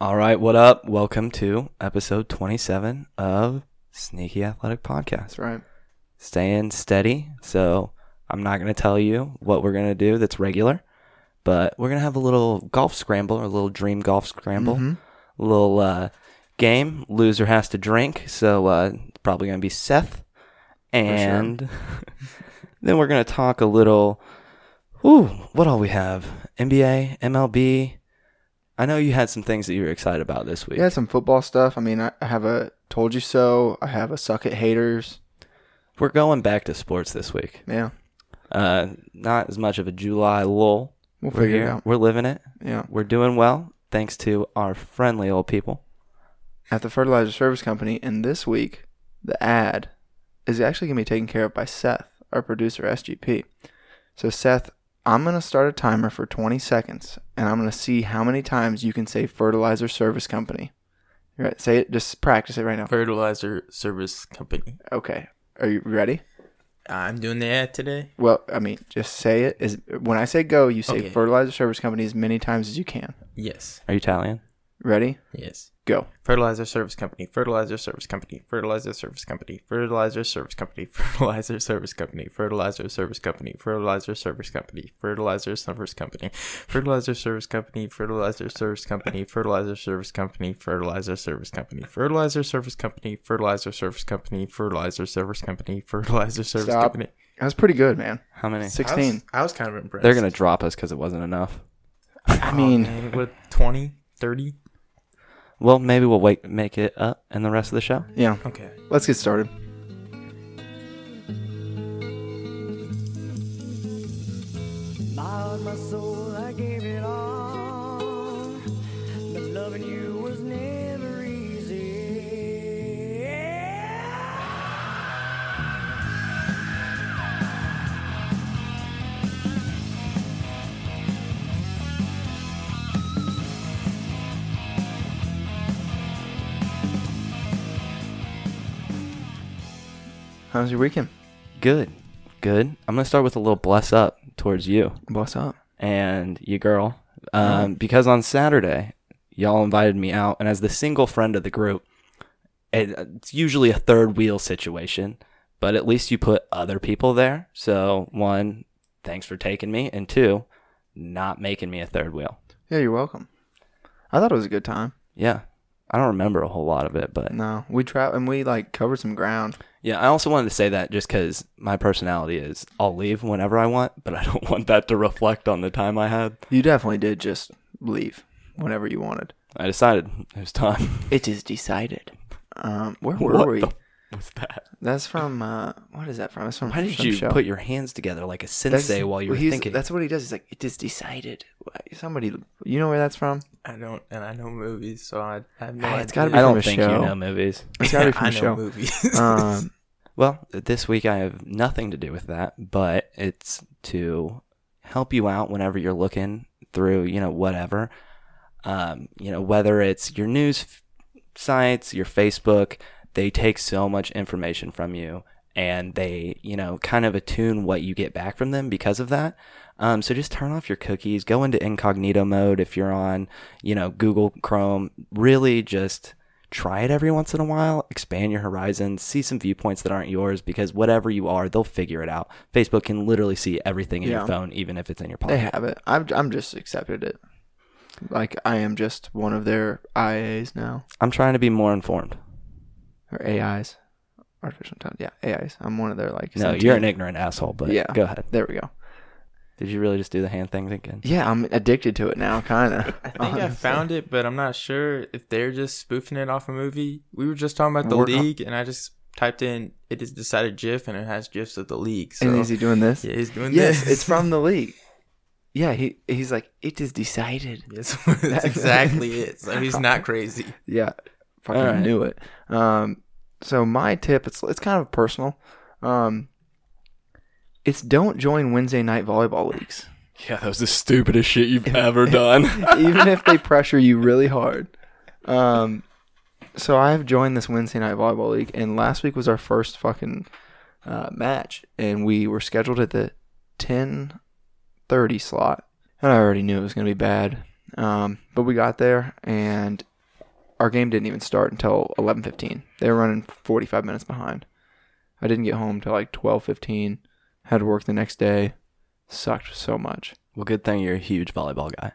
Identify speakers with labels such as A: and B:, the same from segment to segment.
A: All right, what up? Welcome to episode 27 of Sneaky Athletic Podcast.
B: That's right.
A: Staying steady. So, I'm not going to tell you what we're going to do that's regular, but we're going to have a little golf scramble or a little dream golf scramble,
B: Mhm.
A: a little uh, game. Loser has to drink. So, uh, it's probably going to be Seth. And then we're going to talk a little. Ooh, what all we have? NBA, MLB. I know you had some things that you were excited about this week.
B: We had some football stuff. I mean, I I have a told you so. I have a suck at haters.
A: We're going back to sports this week.
B: Yeah,
A: Uh, not as much of a July lull.
B: we'll
A: We're
B: figure it
A: here.
B: out.
A: We're living it.
B: Yeah,
A: We're doing well, thanks to our friendly old people.
B: at the fertilizer service company, and this week the ad is actually gonna be taken care of by Seth, our producer SGP. So Seth, I'm gonna start a timer for 20 seconds, and I'm gonna see how many times you can say fertilizer service company. All Right, say it. Just practice it right now.
C: fertilizer service company.
B: Okay, are you ready?
C: I'm doing the ad today.
B: Well, I mean, just say it. Is when I say go, you say
C: Okay.
B: fertilizer service company as many times as you can.
C: Yes,
A: Are you Italian?
B: Ready?
C: yes.
B: Go.
C: Fertilizer service company. Fertilizer service company. Fertilizer service company. Fertilizer service company. Fertilizer service company. Fertilizer service company. Fertilizer service company. Fertilizer service company. Fertilizer service company. Fertilizer service company. Fertilizer service company. Fertilizer service company. Fertilizer service company. Fertilizer service company. Fertilizer service company. Fertilizer service
B: Stop.
C: company.
B: That was pretty good, man.
A: How many?
C: I was,
B: 16.
C: I was kind of impressed.
A: They're gonna drop us because it wasn't enough.
B: I mean,
C: man, with 20, 30.
A: Well, maybe we'll wait, make it up in the rest of the show.
B: yeah.
C: Okay.
B: Let's get started.
D: Bowed my soul, I gave it all. But loving you was never easy.
B: How's your weekend?
A: Good, good. I'm gonna start with a little bless up towards you
B: What's up?
A: and you girl,
B: Uh-huh.
A: um, because on Saturday y'all invited me out, and as the single friend of the group, it, it's usually a third wheel situation, but at least you put other people there. So one, thanks for taking me, and two, not making me a third wheel.
B: Yeah, you're welcome. I thought it was a good time.
A: Yeah. I don't remember a whole lot of it, but
B: No, we traveled and we like covered some ground.
A: yeah, I also wanted to say that just because my personality is I'll leave whenever I want, but I don't want that to reflect on the time I had.
B: You definitely did just leave whenever you wanted.
A: I decided it was time.
B: It is decided. Um, where were
A: What
B: we?
A: the- What's that?
B: that's from uh, what is that from? That's from.
A: Why did
B: some
A: you
B: show.
A: put your hands together like a sensei while you were
B: he's-
A: thinking?
B: That's what he does. He's like, it is decided. Somebody, you know where that's from?
C: I don't, and I know movies, so I, I have no
B: Hey,
C: idea.
B: it's gotta
A: I don't
B: from a
A: think you
B: show.
A: know movies.
B: It's gotta be from
C: I
B: a
C: know
B: show.
C: movies.
B: Um,
A: Well, this week I have nothing to do with that, but it's to help you out whenever you're looking through, you know, whatever. Um, you know, whether it's your news f- sites, your Facebook, they take so much information from you and they, you know, kind of attune what you get back from them because of that. Um, so just turn off your cookies, go into incognito mode if you're on, you know, Google Chrome. Really just try it every once in a while, expand your horizons, see some viewpoints that aren't yours because whatever you are, they'll figure it out. Facebook can literally see everything in
B: Yeah.
A: your phone, even if it's in your
B: They
A: pocket.
B: have it. I'm I'm just accepted it. Like I am just one of their IAs now
A: I'm trying to be more informed.
B: or AIs, artificial intelligence. Yeah, AIs. I'm one of their like.
A: No,
B: sentient-
A: you're an ignorant asshole, but
B: Yeah.
A: go ahead.
B: There we go.
A: Did you really just do the hand thing again?
B: Yeah, I'm addicted to it now, kind of.
C: I think I found it, but I'm not sure if they're just spoofing it off a movie. We were just talking about the
B: We're not-
C: league, and I just typed in "it is decided" GIF, and it has GIFs of the league. So
B: And is he doing this?
C: yeah, he's doing
B: yes,
C: this.
B: it's from the league. Yeah, he he's like it is decided.
C: Yes, that's exactly it. So he's not crazy.
B: Yeah, fucking
A: Alright.
B: knew it. Um, so my tip it's it's kind of personal. Um, it's don't join Wednesday night volleyball leagues.
A: Yeah, that was the stupidest shit you've ever done.
B: even if they pressure you really hard. Um, so I've joined this Wednesday night volleyball league, and last week was our first fucking uh, match, and we were scheduled at the ten thirty slot, and I already knew it was gonna be bad. Um, but we got there, and our game didn't even start until 11:15. They were running 45 minutes behind. I didn't get home till like 12:15. Had to work the next day. Sucked so much.
A: Well, good thing you're a huge volleyball guy.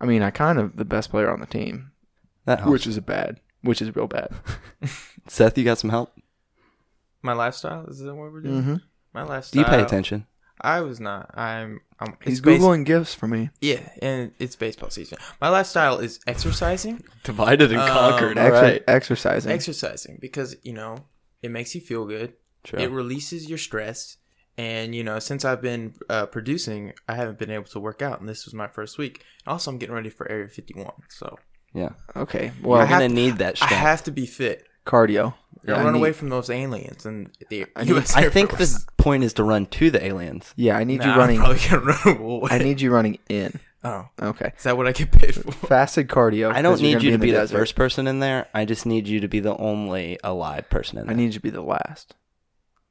B: I mean, I kind of the best player on the team,
A: That helps.
B: which is a bad, which is real bad.
A: Seth, you got some help?
C: My lifestyle is that what we're doing?
B: Mm-hmm.
C: My
A: Do
C: lifestyle.
A: you pay attention?
C: I was not. I'm. I'm it's
B: He's
C: base-
B: googling gifts for me.
C: Yeah, and it's baseball season. My lifestyle is exercising,
A: Divided and
C: Um, conquered,
B: Exer- Exercising.
C: exercising because you know it makes you feel good.
A: True.
C: It releases your stress, and you know since I've been uh, producing, I haven't been able to work out, and this was my first week. Also, I'm getting ready for Area 51, so
A: yeah.
B: okay.
A: Well,
B: Well,
A: you're
C: I have
A: gonna
C: to-
A: need that
C: I
A: strength.
C: have to be fit.
B: cardio.
C: You
B: I
C: run
B: need-
C: away from those aliens and the
B: I need-
C: U.S.
A: I
C: Air
A: think
C: Force.
A: the point is to run to the aliens.
B: Yeah, I need
C: Nah,
B: you running.
C: I'm probably gonna run away.
B: I need you running in.
C: oh,
B: Okay.
C: is that what I get paid for?
B: Fasted cardio.
A: I don't
B: 'cause you're
A: need
B: gonna
A: you to
B: in
A: be the
B: desert.
A: first person in there. I just need you to be the only alive person in
B: I
A: there.
B: need you to be the last.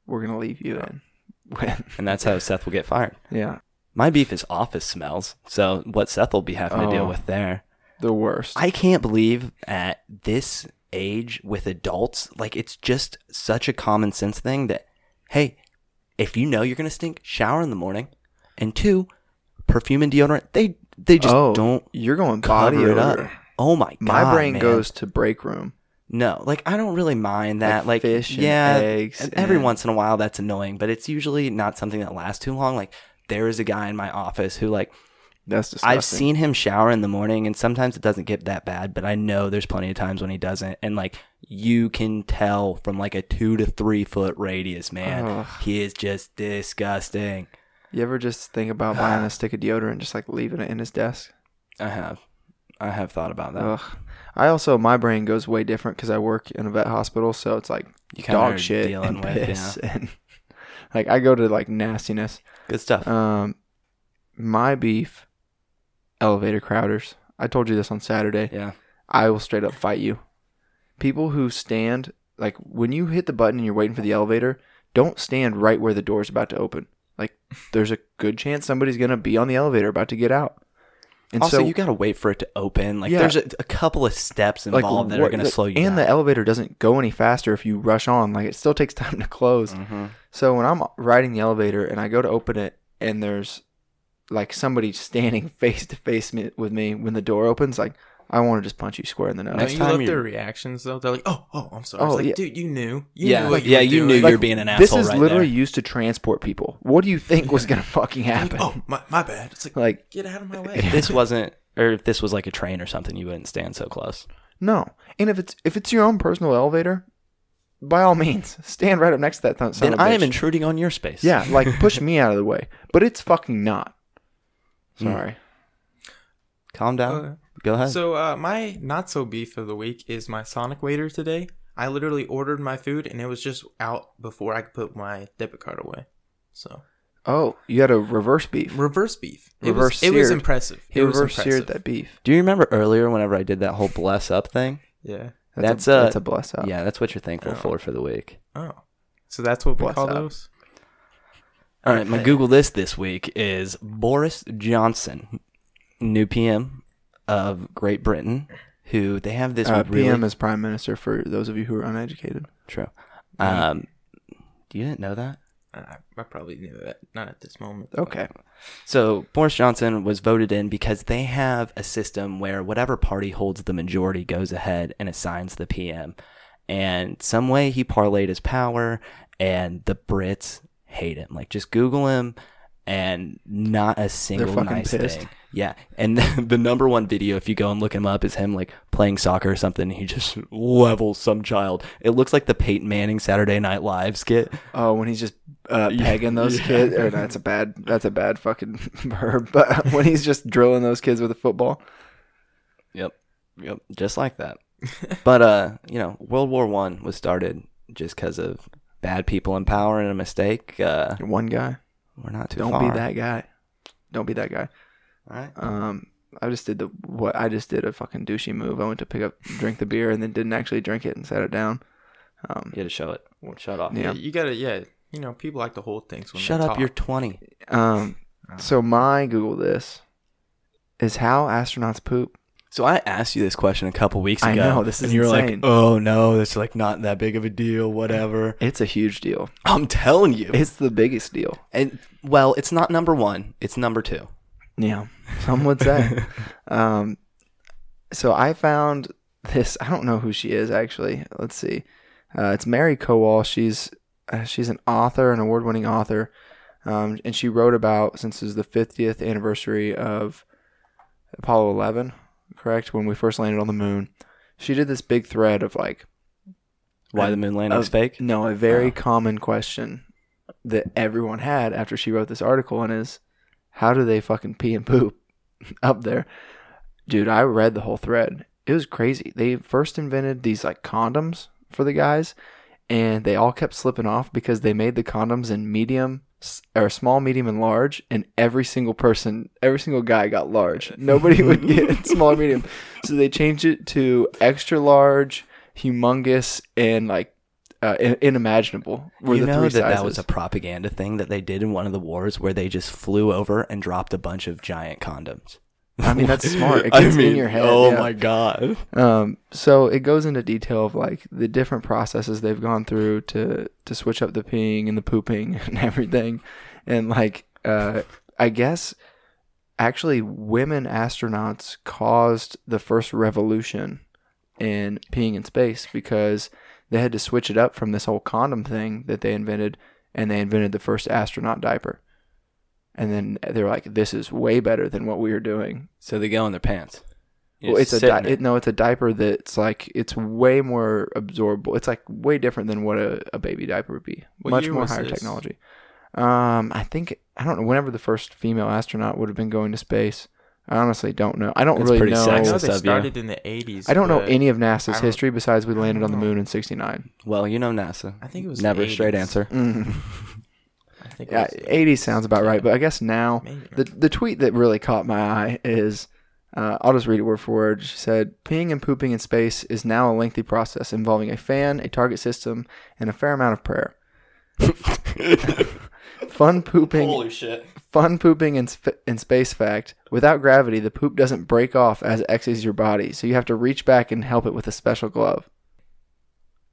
B: We're gonna leave
A: Oh.
B: you in. When?
A: and that's how Seth will get fired.
B: Yeah,
A: My beef is office smells. So what Seth will be having to deal
B: Oh.
A: with there.
B: the worst.
A: I can't believe at this age with adults, like it's just such a common sense thing that, hey, if you know you're gonna stink, shower in the morning, and two, perfume and deodorant. They they just
B: oh,
A: don't
B: You're going body
A: cover it up.
B: odor.
A: Oh my god,
B: My brain
A: man.
B: goes to break room.
A: no. Like I don't really mind that. Like,
B: Like fish and
A: yeah,
B: eggs
A: and every
B: and-
A: once in a while that's annoying, but it's usually not something that lasts too long. Like there is a guy in my office who like
B: That's disgusting.
A: I've seen him shower in the morning, and sometimes it doesn't get that bad, but I know there's plenty of times when he doesn't. And like you can tell from like a two to three foot radius, man,
B: Ugh.
A: he is just disgusting.
B: You ever just think about buying a stick of deodorant, and just like leaving it in his desk?
A: I have, I have thought about that.
B: Ugh. I also my brain goes way different because I work in a vet hospital, so it's like
A: You kinda are
B: dog shit
A: dealing
B: and
A: with,
B: piss and like I go to like nastiness.
A: Good stuff.
B: Um, my beef, elevator crowders. I told you this on Saturday.
A: yeah,
B: I will straight up fight you. People who stand like when you hit the button and you're waiting for the elevator, don't stand right where the door's about to open. Like there's a good chance somebody's gonna be on the elevator about to get out. And
A: also
B: so
A: you gotta wait for it to open. Like
B: Yeah.
A: there's a, a couple of steps
B: like
A: involved that are
B: what-
A: gonna
B: like,
A: slow you
B: and
A: down.
B: the elevator doesn't go any faster if you rush on. Like it still takes time to close.
A: Mhm.
B: So when I'm riding the elevator and I go to open it and there's like somebody standing face to face me- with me when the door opens, like I want to just punch you square in the nose.
A: Next
C: Don't you
A: time
C: love
A: you-
C: their reactions though? They're like, "Oh, oh, I'm sorry."
B: Oh,
C: it's like,
B: yeah.
C: dude, you knew. You
A: Yeah,
C: knew what
A: yeah,
C: were
A: you knew
C: doing.
A: you were being an
B: this
A: asshole
B: is
A: right
B: literally
A: there.
B: used to transport people. What do you think was going to fucking happen?
C: Oh, my, my bad. It's like,
B: Like,
C: get out of my
A: If
C: way.
A: this wasn't, or if this was like a train or something, you wouldn't stand so close.
B: no. And if it's if it's your own personal elevator, by all means, stand right up next to that th- son
A: Then
B: of a
A: I am
B: bitch.
A: intruding on your space.
B: Yeah, like push me out of the way. But it's fucking not.
A: Hmm.
B: Sorry.
A: calm down.
C: Okay.
A: Go
B: Uh-huh.
A: ahead.
C: So uh, my not so beef of the week is my Sonic waiter today. I literally ordered my food and it was just out before I could put my debit card away. So
B: Oh, you had a reverse beef.
C: reverse beef. It
B: Reverse
C: was, it was
B: seared.
C: impressive.
B: He
C: It was
B: reverse seared
C: impressive.
B: that beef.
A: Do you remember earlier whenever I did that whole bless up thing?
C: Yeah.
B: That's,
A: That's
B: a,
A: a-
B: that's a bless up.
A: Yeah, that's what you're thankful
C: Oh.
A: for for the week.
C: Oh. So that's what we
B: Bless
C: call
B: up.
C: those.
A: All right, my Google list this week is Boris Johnson, new PM of Great Britain, who they have this
B: Uh,
A: really
B: PM is prime minister for those of you who are uneducated.
A: true. Um, you didn't know that?
C: I, I probably knew that. Not at this moment. but-
B: Okay.
A: So Boris Johnson was voted in because they have a system where whatever party holds the majority goes ahead and assigns the PM. And some way he parlayed his power, and the Brits hate him. Like just Google him, and not a single
B: fucking
A: nice
B: pissed.
A: thing. Yeah, and the, the number one video, if you go and look him up, is him like playing soccer or something. He just levels some child. It looks like the Peyton Manning Saturday Night Live skit.
B: Oh, when he's just uh,
A: Yeah,
B: pegging those
A: yeah.
B: kids, or that's a bad that's a bad fucking verb. But when he's just drilling those kids with a football,
A: Yep. Yep. Just like that. but uh, you know, World War One was started just because of bad people in power and a mistake. Uh,
B: one guy.
A: we're not too
B: Don't
A: far.
B: be that guy. Don't be that guy.
A: All right.
B: Um, I just did the what I just did a fucking douchey move. I went to pick up drink the beer and then didn't actually drink it and set it down. Um,
A: You had to show it. Shut off.
B: Yeah.
C: Yeah. You gotta yeah, you know, people like to hold things when
A: Shut
C: they
A: up.
C: talk.
A: You're 20.
B: um, so my Google this is how astronauts poop.
A: So I asked you this question a couple weeks ago.
B: I know, this
A: and
B: is
A: you were
B: insane.
A: like, "Oh no, that's like not that big of a deal, whatever."
B: It's a huge deal.
A: I'm telling you.
B: It's the biggest deal.
A: and well, it's not number 1, it's number 2.
B: Yeah, some would say. um, so I found this. I don't know who she is actually. Let's see. Uh, it's Mary Kowal. She's uh, she's an author, an award-winning author, um, and she wrote about since this is the 50th anniversary of Apollo 11, correct? When we first landed on the moon, she did this big thread of like
A: Why
B: And
A: the moon landing's fake?
B: no, a very
A: Oh.
B: common question that everyone had after she wrote this article and is how do they fucking pee and poop up there? Dude, I read the whole thread. It was crazy. They first invented these like condoms for the guys and they all kept slipping off because they made the condoms in medium s- or small, medium and large and every single person, every single guy got large. Nobody would get small or medium. So they changed it to extra large, humongous and like uh, in- unimaginable. Were
A: you
B: the
A: know
B: three
A: that
B: sizes.
A: that was a propaganda thing that they did in one of the wars where they just flew over and dropped a bunch of giant condoms.
B: I mean, that's smart. It gets in your head,
A: Oh
B: yeah.
A: my god.
B: Um, so it goes into detail of like the different processes they've gone through to to switch up the peeing and the pooping and everything, and like uh, I guess actually women astronauts caused the first revolution in peeing in space because they had to switch it up from this whole condom thing that they invented, and they invented the first astronaut diaper, and then they're like, this is way better than what we were doing.
A: So they go in their pants. You
B: Well,
A: just
B: it's a
A: sit in
B: di- it, no, it's a diaper that's like it's way more absorbable. It's like way different than what a, a baby diaper would be.
C: What
B: Much
C: year
B: more
C: was
B: higher
C: this?
B: technology. Um, I think I don't know. Whenever the first female astronaut would have been going to space, I honestly don't know. I don't
A: That's
B: really
A: pretty
B: know.
C: I know
A: sexist.
C: they
A: of you.
C: started in the 80s.
B: I don't know
C: but
B: any of NASA's
C: don't-
B: history besides we landed on the
C: don't know.
B: moon in '69.
A: Well, you know NASA.
C: I think it was
A: never a
C: 80s.
A: straight answer.
C: I think
B: Mm,
C: it
B: Yeah,
C: was the
B: '80 sounds about right, but I guess now
C: Maybe.
B: the the tweet that really caught my eye is uh, I'll just read it word for word. She said, "Peeing and pooping in space is now a lengthy process involving a fan, a target system, and a fair amount of prayer. fun pooping,
A: shit.
B: fun pooping in sp- in space. Fact: without gravity, the poop doesn't break off as it exits your body, so you have to reach back and help it with a special glove."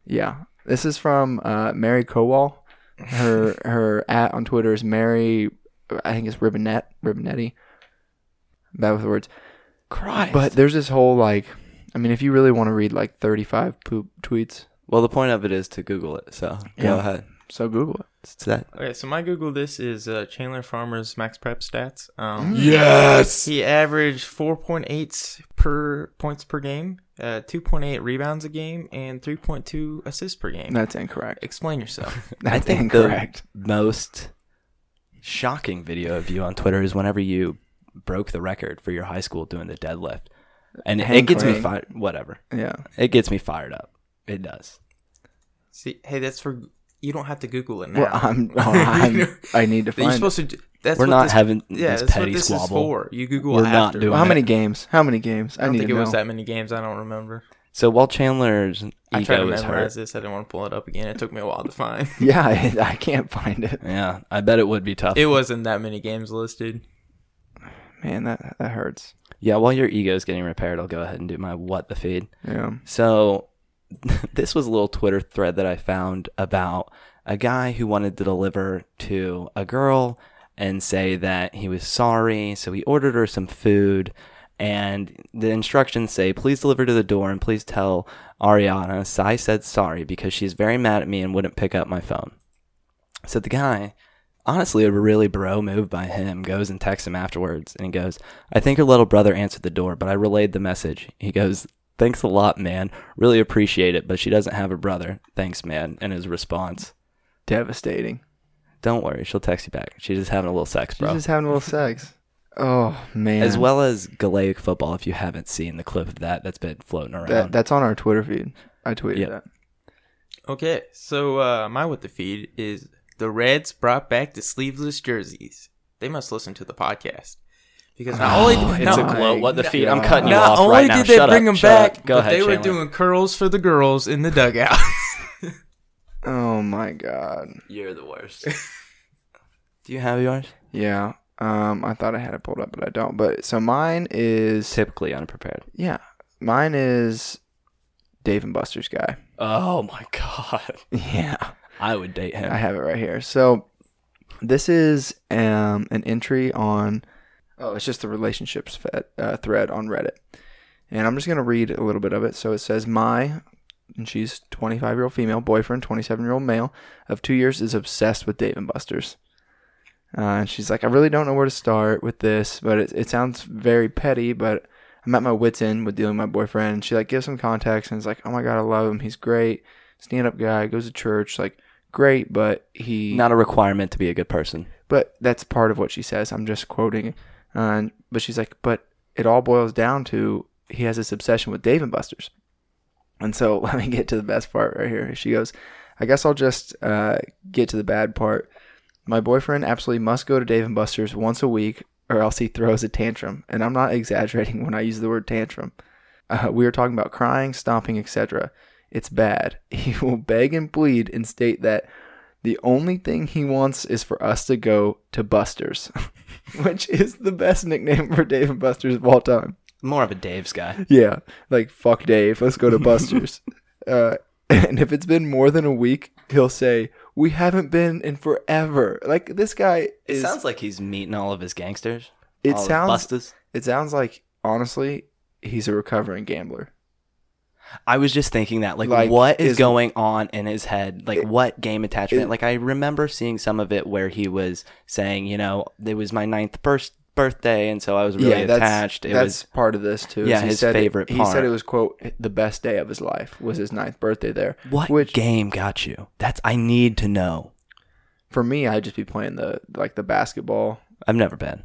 B: Yeah, this is from uh, Mary Kowal. Her her at on Twitter is Mary. I think it's Ribbonet Ribbonetti. Bad with words.
A: Christ.
B: But there's this whole like, I mean, if you really want to read like 35 poop tweets,
A: well, the point of it is to Google it. So go
B: Yeah.
A: ahead.
B: so Google it.
A: It's that.
C: Okay, so my Google this is uh, Chandler Farmer's max prep stats.
A: Mm.
C: Um,
A: Yes.
C: He averaged 4.8 per points per game, uh, 2.8 rebounds a game, and 3.2 assists per game.
B: That's incorrect.
C: Explain yourself.
B: That's
A: I think
B: incorrect.
A: the most shocking video of you on Twitter is whenever you broke the record for your high school doing the deadlift, and
B: Hand
A: it gets me
B: crank.
A: fired. Whatever,
B: yeah.
A: it gets me fired up. It does.
C: See, hey, that's for you. Don't have to Google it now.
B: Well, I'm, oh, I'm, I need to
C: You're
B: find. it.
C: supposed to. do- That's
A: We're
C: what
A: not
C: this,
A: having
C: yeah,
A: this
C: that's
A: petty
C: what this
A: squabble.
C: is for. You Google
A: We're
C: after.
A: not doing
B: Well, how
A: that.
B: many games? How many games?
C: I
B: I,
C: don't
B: need
C: think
B: to
C: it
B: know.
C: was that many games. I don't remember.
A: So while Chandler's
C: I tried to
A: ego is hurt,
C: memorize this. I didn't want to pull it up again. It took me a while to find.
B: Yeah, I, I can't find it.
A: yeah, I bet it would be tough.
C: it wasn't that many games listed.
B: Man, that that hurts.
A: yeah, while your ego's getting repaired, I'll go ahead and do my what the feed.
B: Yeah.
A: So this was a little Twitter thread that I found about a guy who wanted to deliver to a girl and say that he was sorry. So he ordered her some food and the instructions say, please deliver to the door and please tell Ariana Sai said sorry because she's very mad at me and wouldn't pick up my phone. So the guy, honestly, a really bro move by him, goes and texts him afterwards and he goes, I think her little brother answered the door, but I relayed the message. He goes, Thanks a lot, man. Really appreciate it, but she doesn't have a brother. Thanks, man. And his response,
B: Devastating.
A: Don't worry, she'll text you back. She's just having a little sex,
B: She's
A: bro.
B: just having a little sex. Oh man.
A: As well as Gaelic football, if you haven't seen the clip of that that's been floating around.
B: That that's on our Twitter feed. I tweeted
A: Yep.
B: that.
C: Okay, so uh, my what the feed is the Reds brought back the sleeveless jerseys. They must listen to the podcast because not only
B: Oh,
A: it's
C: not,
A: a glow. What the
B: my
A: feed? I'm
B: God.
A: cutting you
C: not
A: off
C: only
A: right
C: did
A: now.
C: they
A: Shut
C: bring
A: up,
C: them
A: shut up.
C: back,
A: Go
C: but
A: ahead,
C: they were
A: Chandler.
C: doing curls for the girls in the dugout.
B: Oh my god.
A: You're the worst. Do you have yours?
B: Yeah. Um, I thought I had it pulled up, but I don't. But so mine is
A: Typically unprepared.
B: yeah, mine is Dave and Buster's guy.
A: Oh my god.
B: Yeah.
A: I would date
B: I
A: him.
B: have it right here. So this is um, an entry on. Oh, it's just the relationships fed, uh, thread on Reddit, and I'm just gonna read a little bit of it. So it says my, and she's 25 year old female boyfriend, 27 year old male of two years is obsessed with Dave and Buster's. Uh, and she's like, I really don't know where to start with this, but it, it sounds very petty, but I'm at my wits end with dealing with my boyfriend. And she like gives some context and is like, oh my God, I love him. He's great. Stand up guy, goes to church. Like, great, but he
A: Not a requirement to be a good person.
B: but that's part of what she says. I'm just quoting. Uh, but she's like, but it all boils down to he has this obsession with Dave and Buster's. And so let me get to the best part right here. She goes, I guess I'll just uh, get to the bad part. My boyfriend absolutely must go to Dave and Buster's once a week, or else he throws a tantrum. And I'm not exaggerating when I use the word tantrum. Uh, we were talking about crying, stomping, etc. It's bad. He will beg and plead and state that the only thing he wants is for us to go to Buster's, which is the best nickname for Dave and Buster's of all time.
A: More of a Dave's guy.
B: Yeah, like fuck Dave, let's go to Buster's. uh, and if it's been more than a week, he'll say we haven't been in forever. Like this guy
A: It
B: is.
A: sounds like he's meeting all of his gangsters.
B: It
A: all his
B: sounds-
A: Bustas.
B: it sounds like honestly, he's a recovering gambler.
A: I was just thinking that, like,
B: Like,
A: what is,
B: is-
A: going on in his head? Like,
B: It-
A: what game attachment?
B: it-
A: like, I remember seeing some of it where he was saying, you know, it was my ninth birth- birthday, and so I was really attached. It was
B: that's part of this too. is
A: Yeah,
B: he
A: his
B: said it-
A: favorite
B: He said
A: part.
B: it was quote the best day of his life was his ninth birthday there.
A: what
B: which-
A: game got you? That's I need to know.
B: For me, I'd just be playing the like the basketball
A: I've never been.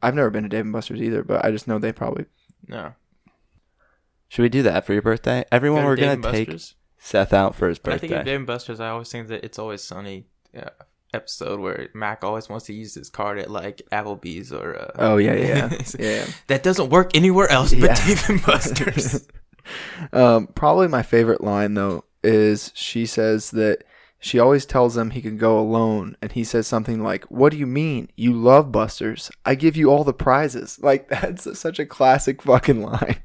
B: I've never been to Dave and Buster's either, but I just know they probably.
C: No.
A: Should we do that for your birthday? Everyone,
C: Go to
A: we're
C: Dave
A: gonna
C: and
A: take
C: Buster's.
A: Seth out for his
C: When I think of
A: birthday.
C: Dave and Buster's, I always think that it's always sunny uh, episode where Mac always wants to use his card at like Applebee's or uh,
B: Oh yeah, yeah, yeah.
C: that doesn't work anywhere else but
B: Yeah.
C: Dave and Buster's.
B: Um, probably my favorite line though is she says that she always tells him he can go alone, and he says something like, "What do you mean? You love Buster's? I give you all the prizes." Like that's such a classic fucking line.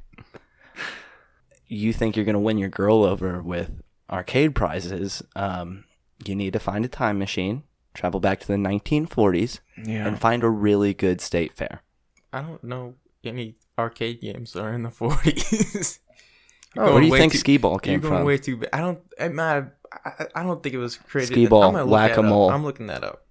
A: You think you're gonna win your girl over with arcade prizes? Um, you need to find a time machine, travel back to the 1940s,
B: Yeah.
A: and find a really good state fair.
C: I don't know any arcade games that are in the forties.
A: Oh, Where do you think skee ball
C: You're
A: came
C: going
A: from?
C: way too. ba- I don't. It might. have- I, I don't think it was created.
A: Skee
C: I'm
A: ball,
C: gonna look that up.
A: whack-a-mole.
C: I'm looking that up.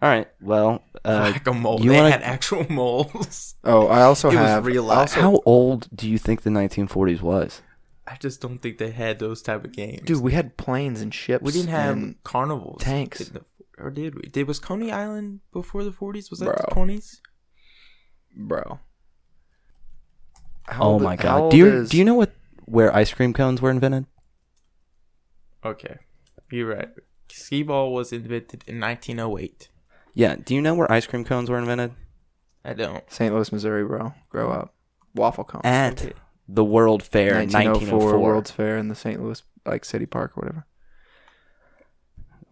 A: All right. Well, uh,
C: Whack a mole.
A: you
C: They
A: wanna-
C: had actual moles.
B: oh, I also
C: It was
B: have.
C: real
B: I
C: life.
B: also-
A: how old do you think the 1940s was?
C: I just don't think they had those type of games.
B: dude, we had planes and ships.
C: we didn't have
B: and-
C: carnivals.
B: tanks.
C: in the- or did we? Did was Coney Island before the 40s? Was that the
B: Bro.
C: 20s?
B: bro. How
A: Oh
B: old-
A: my
B: how
A: god.
B: old
A: Do you
B: is-
A: do you know what where ice cream cones were invented?
C: Okay, you're right. Skee ball was invented in 1908.
A: Yeah. Do you know where ice cream cones were invented?
C: I don't.
B: St. Louis, Missouri, bro. Grow up. Waffle cone.
A: At
C: Oh, Okay. oh
A: the World Fair, 1904.
B: 1904 World's Fair in the St. Louis like City Park or whatever.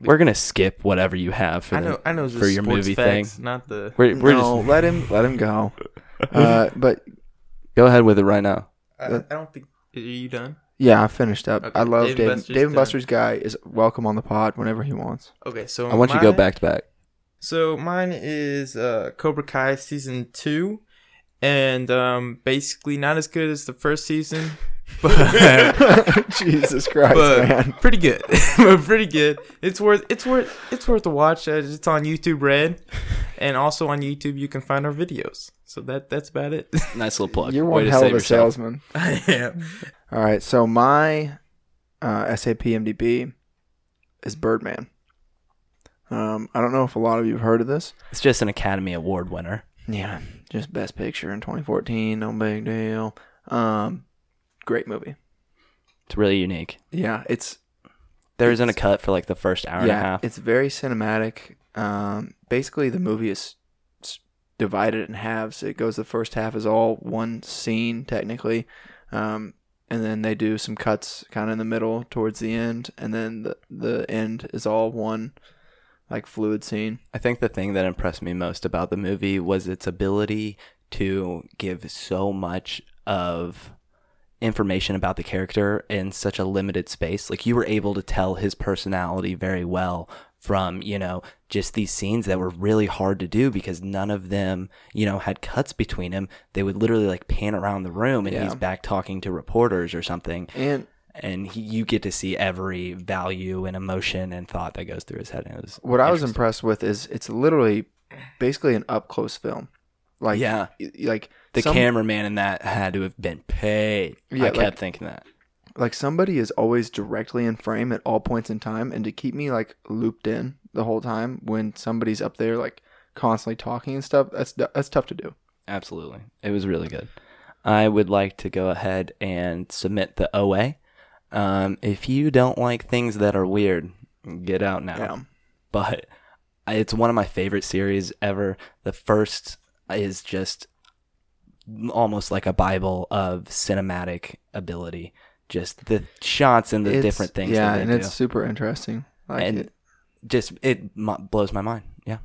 A: We're gonna skip whatever you have for
C: I know.
A: the,
C: I know. Just
A: for your
C: sports
A: movie
C: facts,
A: thing.
C: not the.
A: We're, we're
B: no,
A: just
B: let him let him go. Uh, but
A: go ahead with it right now.
C: I, I don't think. Are you done?
B: yeah, I finished up.
C: Okay,
B: I love
C: Dave
B: Dave. Dave,
C: and Buster's
B: and
C: done.
B: Buster's guy is welcome on the pod whenever he wants.
C: Okay, so
A: I want you to go
C: my-
A: back to back.
C: So mine is uh, Cobra Kai season two, and um, basically not as good as the first season, but
B: Jesus Christ,
C: but
B: man!
C: pretty good. but pretty good. It's worth it's worth it's worth a watch. Uh, It's on YouTube Red, and also on YouTube you can find our videos. So that that's about it.
A: Nice little plug.
B: You're
A: Way
B: one
A: to
B: hell of
A: save
B: a
A: yourself.
B: salesman.
C: I am.
B: All right, so my uh, SAP MDB is Birdman. Um, I don't know if a lot of you have heard of this.
A: It's just an Academy Award winner.
B: Yeah, just Best Picture in 2014. No big deal. Um, great movie.
A: It's really unique.
B: Yeah, it's
A: There isn't a cut for like the first hour and a
B: yeah,
A: half.
B: it's very cinematic. Um, basically, the movie is s- divided in halves. It goes the first half is all one scene technically, um, and then they do some cuts kind of in the middle towards the end, and then the the end is all one like fluid scene.
A: I think the thing that impressed me most about the movie was its ability to give so much of information about the character in such a limited space. Like you were able to tell his personality very well from, you know, just these scenes that were really hard to do because none of them, you know, had cuts between him. They would literally like pan around the room and
B: Yeah.
A: he's back talking to reporters or something.
B: And
A: And he, you get to see every value and emotion and thought that goes through his head. And it was
B: what I was
A: interesting.
B: impressed with is it's literally basically an up close film. Like
A: Yeah.
B: y- like
A: The
B: some-
A: cameraman in that had to have been paid.
B: Yeah,
A: I kept
B: like-
A: thinking that.
B: like somebody is always directly in frame at all points in time and to keep me like looped in the whole time when somebody's up there like constantly talking and stuff that's that's tough to do
A: Absolutely. It was really good. I would like to go ahead and submit the OA. Um, if you don't like things that are weird, get out now.
B: yeah
A: But it's one of my favorite series ever. The first is just almost like a Bible of cinematic ability. Just the shots and the
B: It's-
A: different things.
B: yeah
A: that they
B: and
A: do.
B: it's super interesting like
A: And-
B: it-
A: just it mo- blows my mind. Yeah.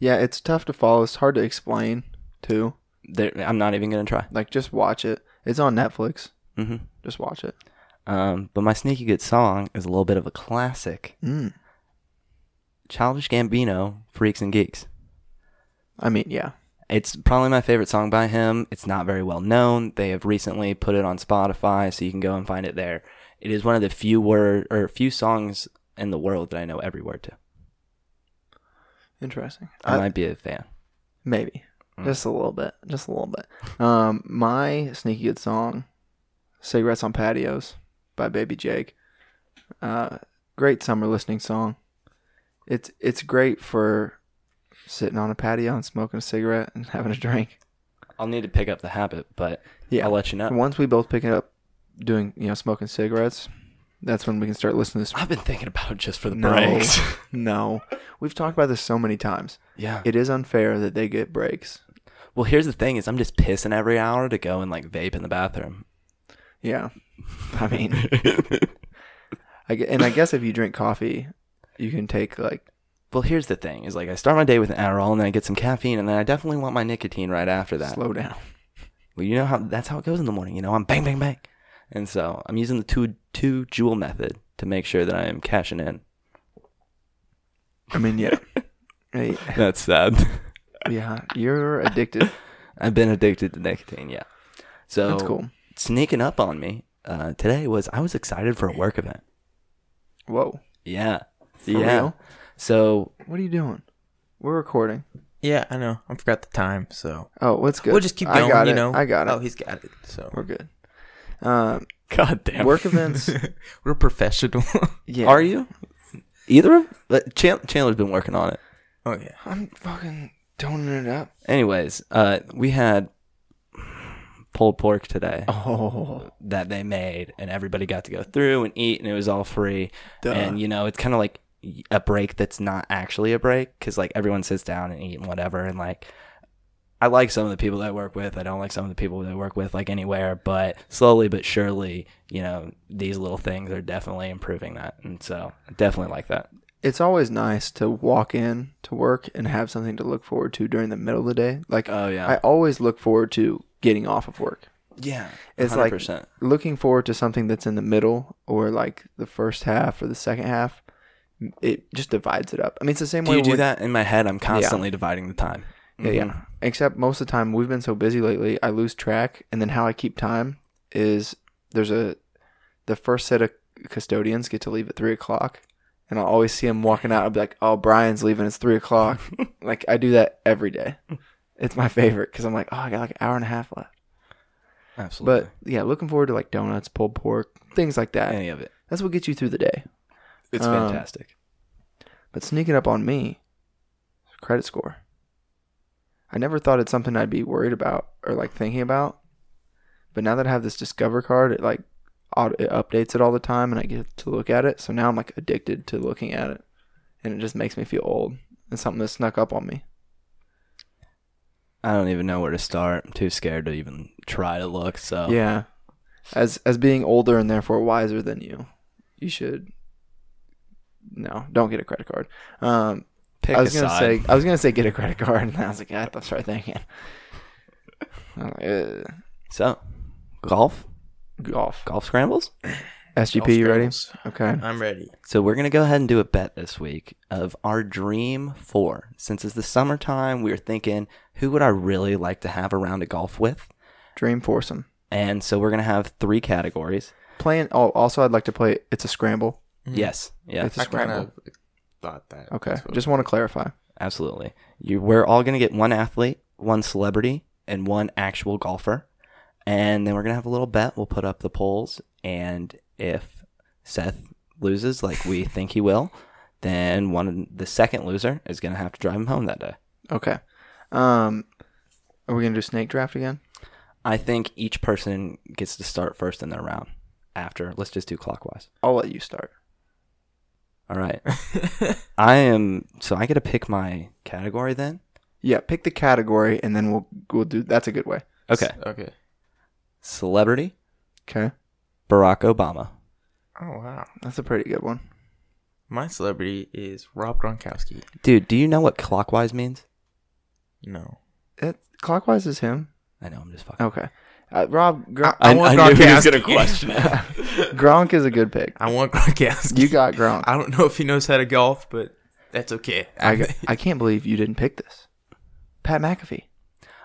B: yeah it's tough to follow it's hard to explain too
A: There, I'm not even gonna try.
B: like just watch it it's on netflix
A: hmm
B: just watch it
A: Um, but my sneaky good song is a little bit of a classic.
B: mm.
A: Childish Gambino, Freaks and Geeks.
B: i mean yeah
A: It's probably my favorite song by him. It's not very well known. They have recently put it on Spotify, so you can go and find it there. It is one of the few word or few songs in the world that I know every word to.
B: interesting
A: I,
B: I-
A: might be a fan.
B: Maybe.
A: Mm.
B: Just a little bit. Just a little bit. Um, my sneaky good song, Cigarettes on Patios by Baby Jake. Uh, great summer listening song. It's it's great for sitting on a patio and smoking a cigarette and having a drink.
A: I'll need to pick up the habit, but
B: Yeah.
A: I'll let you know.
B: Once we both pick it up doing, you know, smoking cigarettes, that's when we can start listening to this.
A: I've been thinking about it just for the
B: No.
A: breaks.
B: No. We've talked about this so many times.
A: yeah.
B: It is unfair that they get breaks.
A: well, here's the thing: is I'm just pissing every hour to go and like vape in the bathroom.
B: Yeah. I mean, I gue- and I guess if you drink coffee, you can take like
A: Well, here's the thing: is like I start my day with an Adderall, and then I get some caffeine, and then I definitely want my nicotine right after that.
B: slow down.
A: Well, you know how that's how it goes in the morning. You know, I'm bang, bang, bang, and so I'm using the two two joule method to make sure that I am cashing in.
B: I mean, yeah, Hey,
A: That's sad.
B: yeah, you're addicted.
A: I've been addicted to nicotine. Yeah, so
B: That's cool.
A: sneaking up on me uh, today was I was excited for a work event.
B: Whoa,
A: Yeah,
B: for
A: yeah.
B: real?
A: So
B: What are you doing? We're recording.
C: Yeah, I know. I forgot the time, so
B: Oh, what's good?
C: we'll just keep going.
B: I got
C: you
B: it.
C: know,
B: I got it.
C: Oh, he's got it. So
B: We're good. Um,
A: goddamn,
B: work events.
C: we're professional.
B: Yeah.
A: Are you? Either of but Chan- Chandler's been working on it.
C: oh yeah.
B: I'm fucking toning it up.
A: Anyways, uh, we had pulled pork today
B: Oh,
A: that they made, and everybody got to go through and eat, and it was all free.
B: Duh.
A: And you know, it's kind of like a break that's not actually a break because like everyone sits down and eat and whatever, and like. I like some of the people that I work with. I don't like some of the people that I work with, like anywhere, but slowly but surely, you know, these little things are definitely improving that. And so I definitely like that.
B: it's always nice to walk in to work and have something to look forward to during the middle of the day. Like
A: Oh, yeah.
B: I always look forward to getting off of work.
A: Yeah.
B: It's like looking forward to something that's in the middle or like the first half or the second half. It just divides it up. I mean, it's the same
A: Do
B: way
A: you do
B: when-
A: that in my head? I'm constantly dividing the time. Mm-hmm.
B: Yeah, yeah. Except most of the time we've been so busy lately, I lose track. And then how I keep time is there's a the first set of custodians get to leave at three o'clock, and I'll always see them walking out. I'll be like, "Oh, Brian's leaving. It's three o'clock." like I do that every day. It's my favorite because I'm like, "Oh, I got like an hour and a half left."
A: Absolutely.
B: But yeah, looking forward to like donuts, pulled pork, things like that.
A: any of it.
B: That's what gets you through the day.
A: It's
B: Um,
A: fantastic.
B: But sneaking up on me, credit score. I never thought it's something I'd be worried about or like thinking about. But now that I have this Discover card, it like auto, it updates it all the time and I get to look at it. So now I'm like addicted to looking at it. And it just makes me feel old. It's something that snuck up on me.
A: I don't even know where to start. I'm too scared to even try to look. So
B: Yeah. As as being older and therefore wiser than you, you should no, don't get a credit card. Um,
A: Pick
B: I was
A: a
B: gonna
A: side.
B: say I was gonna say get a credit card, and I was like, ah, that's right thinking. Uh, I'm like, "Ugh."
A: so, golf,
B: golf,
A: golf scrambles.
B: SGP, you ready?
C: Golf scrambles.
B: Okay.
C: I'm ready.
A: So we're gonna go ahead and do a bet this week of our dream four. Since it's the summertime, we were thinking who would I really like to have around a golf with,
B: Dream foursome.
A: and so we're gonna have three categories.
B: Playing. Oh, also, I'd like to play. It's a scramble.
A: Yes, yeah,
B: It's a
C: Mm. I kind
B: scramble.
C: of thought that.
B: Okay.
C: That's what-
B: Just want to clarify.
A: absolutely. You, we're all gonna get one athlete, one celebrity, and one actual golfer, and then we're gonna have a little bet. We'll put up the polls, and if Seth loses, like we think he will, then one the second loser is gonna have to drive him home that day.
B: Okay. Um, are we gonna do snake draft again?
A: I think each person gets to start first in their round. After, let's just do clockwise.
B: I'll let you start.
A: All right. I am so I get to pick my category then.
B: Yeah, pick the category, and then we'll we'll do. That's a good way.
A: Okay.
C: Okay.
A: Celebrity
B: Okay.
A: Barack Obama.
C: Oh wow.
B: That's a pretty good one.
C: My celebrity is Rob Gronkowski.
A: Dude, do you know what clockwise means?
C: No.
B: It clockwise is him.
A: I know I'm just fucking.
B: Okay. Uh, Rob Gron-
A: I-
C: want
A: knew he was
C: Gronkowski.
A: gonna question
B: Gronk is a good pick.
C: I want Gronkowski.
B: You got Gronk.
C: I don't know if he knows how to golf, but that's okay.
B: I, got, I can't believe you didn't pick this. Pat McAfee.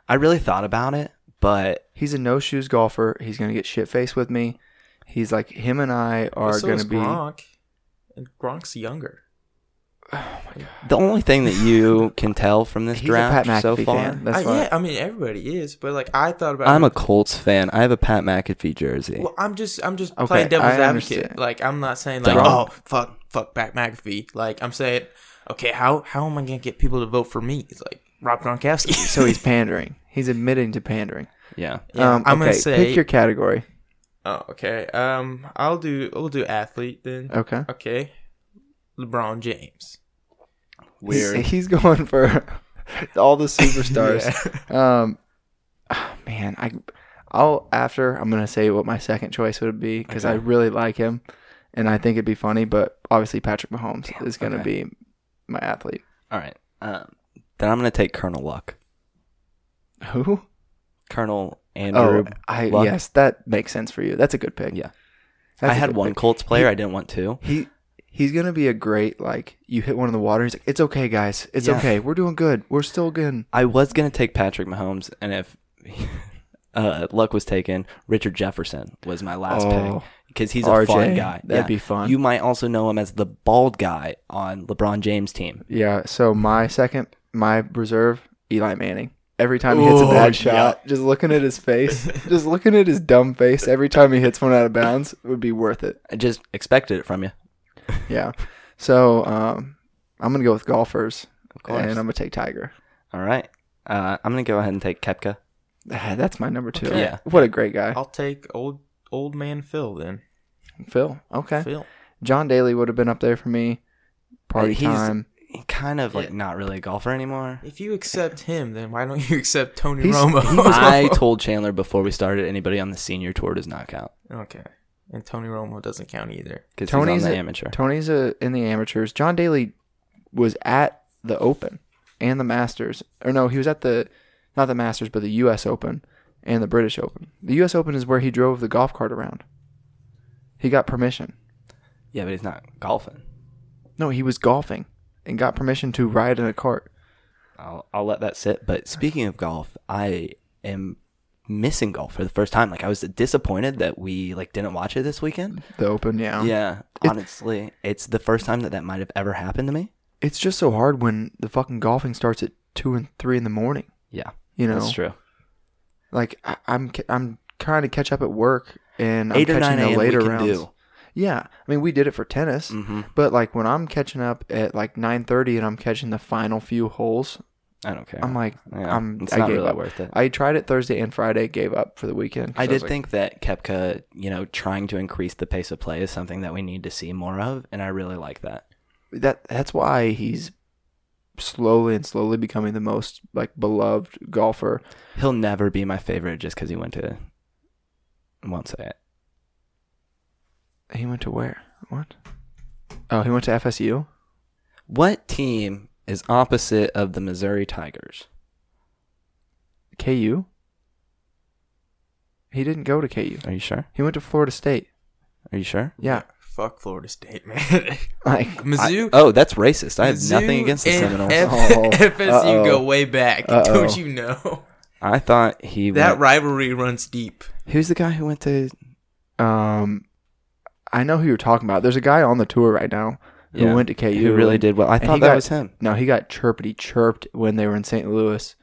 A: I really thought about it, but
B: He's a no shoes golfer. He's gonna get shit faced with me. He's like him and I are
C: so
B: gonna
C: is
B: be.
C: Gronk. And Gronk's younger.
A: the only thing that you can tell from this
B: He's a
A: draft
B: Pat McAfee
A: so far,
B: fan. That's
C: I,
B: why.
C: yeah, I mean everybody is, but like I thought about.
A: I'm a
C: it.
A: Colts fan. I have a Pat McAfee jersey.
C: Well, I'm just I'm just
B: Okay,
C: playing devil's
B: I
C: advocate.
B: understand.
C: Like I'm not saying like
A: Gronk.
C: oh fuck fuck back McAfee. Like I'm saying okay how how am I gonna get people to vote for me? It's like Rob Gronkowski.
B: So he's pandering. He's admitting to pandering.
A: yeah.
C: Yeah,
B: um,
C: I'm gonna
B: okay,
C: say-
B: pick your category.
C: oh okay. Um, I'll do we'll do athlete then.
B: Okay.
C: Okay, LeBron James.
B: He's, he's going for all the superstars. Um, ah, man, I, I'll after I'm gonna say what my second choice would be because I
A: Okay.
B: really like him, and I think it'd be funny. But obviously, Patrick Mahomes is gonna
A: okay.
B: be my athlete.
A: All right. Um, then I'm going to take Colonel Luck.
B: Who?
A: Colonel Andrew
B: Oh, I
A: Luck.
B: yes, that makes sense for you. That's a good pick.
A: Yeah.
B: That's
A: I
B: a
A: had
B: good
A: one
B: pick.
A: Colts player. I didn't want two.
B: He he's gonna be a great like you hit one in the water. He's like, it's okay, guys. It's
A: Yeah.
B: okay. We're doing good. We're still good.
A: I was gonna take Patrick Mahomes, and if uh, luck was taken, Richard Jefferson was my last
B: Oh,
A: pick because he's a
B: RJ,
A: fun guy.
B: that'd be fun.
A: You might also know him as the bald guy on LeBron James' team.
B: Yeah. So my second, my reserve, Eli Manning. Every time he hits a
C: Ooh,
B: bad
C: yeah.
B: shot, just looking at his face, just looking at his dumb face every time he hits one out of bounds would be worth it.
A: I just expected it from you.
B: Yeah. So um, I'm gonna go with golfers,
A: Of course.
B: and I'm gonna take Tiger.
A: All right, uh, I'm gonna go ahead and take Kepka.
B: Ah, That's my number two.
A: Okay. Yeah.
B: What a great guy,
C: I'll take old old man Phil then.
B: Phil. Okay.
C: Phil.
B: John Daly would have been up there for me. Party
A: He's-
B: time.
A: He Kind of like
C: Yeah.
A: not really a golfer anymore.
C: If you accept him, then why don't you accept Tony
B: He's-
C: Romo?
A: I told Chandler before we started anybody on the senior tour does not count
C: okay, and Tony Romo doesn't count either.
A: because he's on
B: Tony's
A: the
B: a-
A: amateur.
B: Tony's a, in the amateurs. John Daly was at the Open and the Masters, or no, he was at the not the Masters, but the U.S. Open and the British Open. The U.S. Open is where he drove the golf cart around. He got permission.
A: yeah, but he's not golfing.
B: No, he was golfing and got permission to ride in a cart.
A: I'll I'll let that sit. But speaking of golf, I am missing golf for the first time. Like I was disappointed that we like didn't watch it this weekend.
B: The Open, yeah.
A: Yeah, honestly, it's the first time that that might have ever happened to me.
B: It's just so hard when the fucking golfing starts at two and three in the morning.
A: Yeah,
B: You know,
A: that's true.
B: like I, I'm ca- I'm trying to catch up at work and I'm
A: Eight or
B: catching
A: nine
B: the
A: a.m.
B: later
A: we can
B: rounds.
A: do.
B: Yeah, I mean we did it for tennis,
A: hmm
B: but like when I'm catching up at like 9:30 and I'm catching the final few holes,
A: I don't care.
B: I'm like
A: Yeah,
B: I'm
A: it's
B: I
A: not
B: gave
A: really
B: up.
A: worth it.
B: I tried it Thursday and Friday, gave up for the weekend. 'cause
A: I
B: was
A: did
B: like,
A: think that Kepka, you know, trying to increase the pace of play is something that we need to see more of, and I really like that.
B: that that's why he's slowly and slowly becoming the most like beloved golfer.
A: He'll never be my favorite just because he went to. I won't say it.
B: He went to where? What? Oh, he went to FSU.
A: What team is opposite of the Missouri Tigers?
B: KU. He didn't go to KU.
A: Are you sure?
B: He went to Florida State.
A: Are you sure?
B: Yeah,
C: Fuck Florida State, man.
B: like
C: Mizzou.
A: I- oh, that's racist. I have
C: Mizzou
A: nothing against the
C: and
A: Seminoles.
C: F-
B: Oh,
C: FSU go
B: uh-oh.
C: way back.
B: Uh-oh.
C: Don't you know?
A: I thought he
C: That
A: went,
C: rivalry runs deep.
A: Who's the guy who went to
B: um, I know who you're talking about. There's a guy on the tour right now who
A: Yeah,
B: went to KU.
A: who really
B: and-
A: did well? I
B: and
A: thought
B: he
A: that
B: got-
A: was him.
B: No, he got chirpity chirped when they were in St. Louis.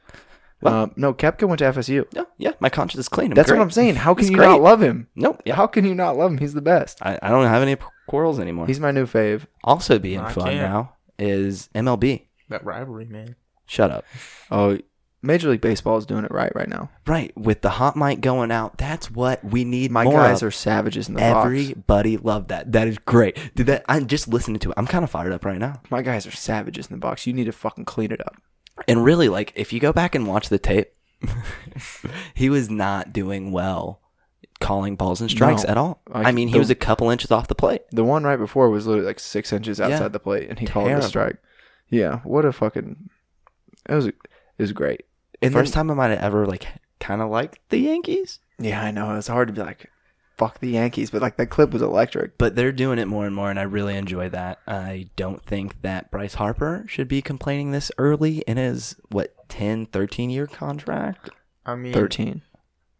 A: What?
B: Um, no, Kepka went to FSU.
A: Yeah, yeah. My conscience is clean. I'm
B: That's
A: great.
B: what I'm saying. How can
A: He's
B: you
A: great.
B: not love him?
A: Nope. Yeah.
B: How can you not love him? He's the best.
A: I, I don't have any quarrels anymore.
B: He's my new fave.
A: also being
C: I
A: fun
C: can't.
A: now is MLB.
C: That rivalry, man.
A: Shut up.
B: Oh, Major League Baseball is doing it right right now.
A: Right, with the hot mic going out, that's what we need
B: My
A: more
B: guys
A: of.
B: are savages in the box.
A: Everybody loved that. That is great. Did that? I'm just listening to it. I'm kind of fired up right now.
B: My guys are savages in the box. You need to fucking clean it up.
A: And really, like, if you go back and watch the tape, he was not doing well calling balls and strikes
B: No.
A: at all.
B: Like,
A: I mean, he
B: the-
A: was a couple inches off the plate.
B: The one right before was literally like six inches
A: Yeah.
B: outside the plate, and he called it
A: Terrible.
B: a strike. Yeah, what a fucking. It was it was great. And
A: First time I might have ever like kind of liked the Yankees,
B: time. Yeah, I know it was hard to be like, fuck the Yankees, but like that clip was electric.
A: but they're doing it more and more, and I really enjoy that. I don't think that Bryce Harper should be complaining this early in his what 10, 13 year contract.
C: I mean,
B: Thirteen.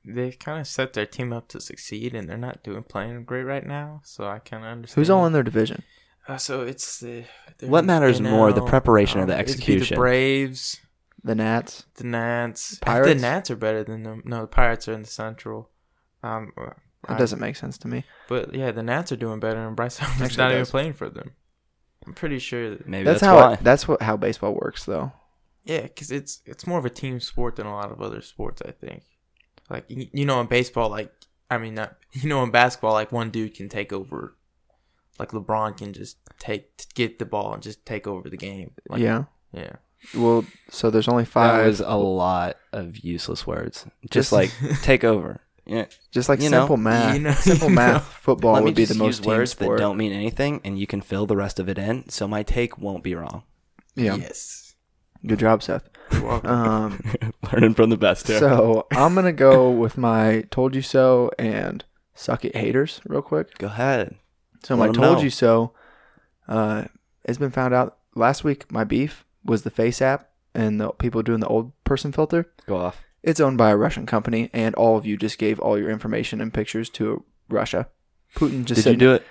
C: they kind of set their team up to succeed, and they're not doing playing great right now. So I kind of understand.
B: Who's all in their division?
C: Uh, so it's the. they're
A: What matters more, the preparation or the
C: it'd be
A: execution?
C: The Braves,
B: The Nats.
C: the Nats. The
B: Pirates?
C: Nats are better than them. No, the Pirates are in the Central. Um, uh,
B: That
C: I-
B: doesn't make sense to me.
C: But yeah, the Nats are doing better, and Bryce Harper's
B: Actually, it
C: not even
B: does.
C: playing for them. I'm pretty sure. That,
A: Maybe
B: That's,
A: that's,
B: how.
A: why.
B: that's what how baseball works, though.
C: yeah, because it's it's more of a team sport than a lot of other sports. I think. Like you, you know, in baseball, like I mean, not you know, in basketball, like one dude can take over. Like LeBron can just take get the ball and just take over the game. Like,
B: yeah.
C: yeah.
B: Well, so there's only
A: That
B: five.
A: was a lot of useless words.
B: Just-
A: Just like take over. Yeah.
B: just like
A: you know,
B: simple math.
C: you know-
B: simple
C: you
B: math.
C: know.
B: Football
A: Let me
B: would be
A: just
B: the most
A: use
B: team
A: words
B: sport.
A: that don't mean anything, and you can fill the rest of it in. So my take won't be wrong.
B: Yeah.
C: Yes.
B: Good job, Seth.
C: You're welcome.
B: Um,
A: Learning from the best. here.
B: so I'm gonna go with my "Told You So" and "Suck It Haters" real quick.
A: go ahead.
B: So
A: Let
B: my
A: 'em
B: "Told
A: know.
B: You So" uh, has been found out last week. My beef was the Face app and the people doing the old person filter.
A: Go off.
B: It's owned by a Russian company, and all of you just gave all your information and pictures to Russia. Putin just
A: Did you do it?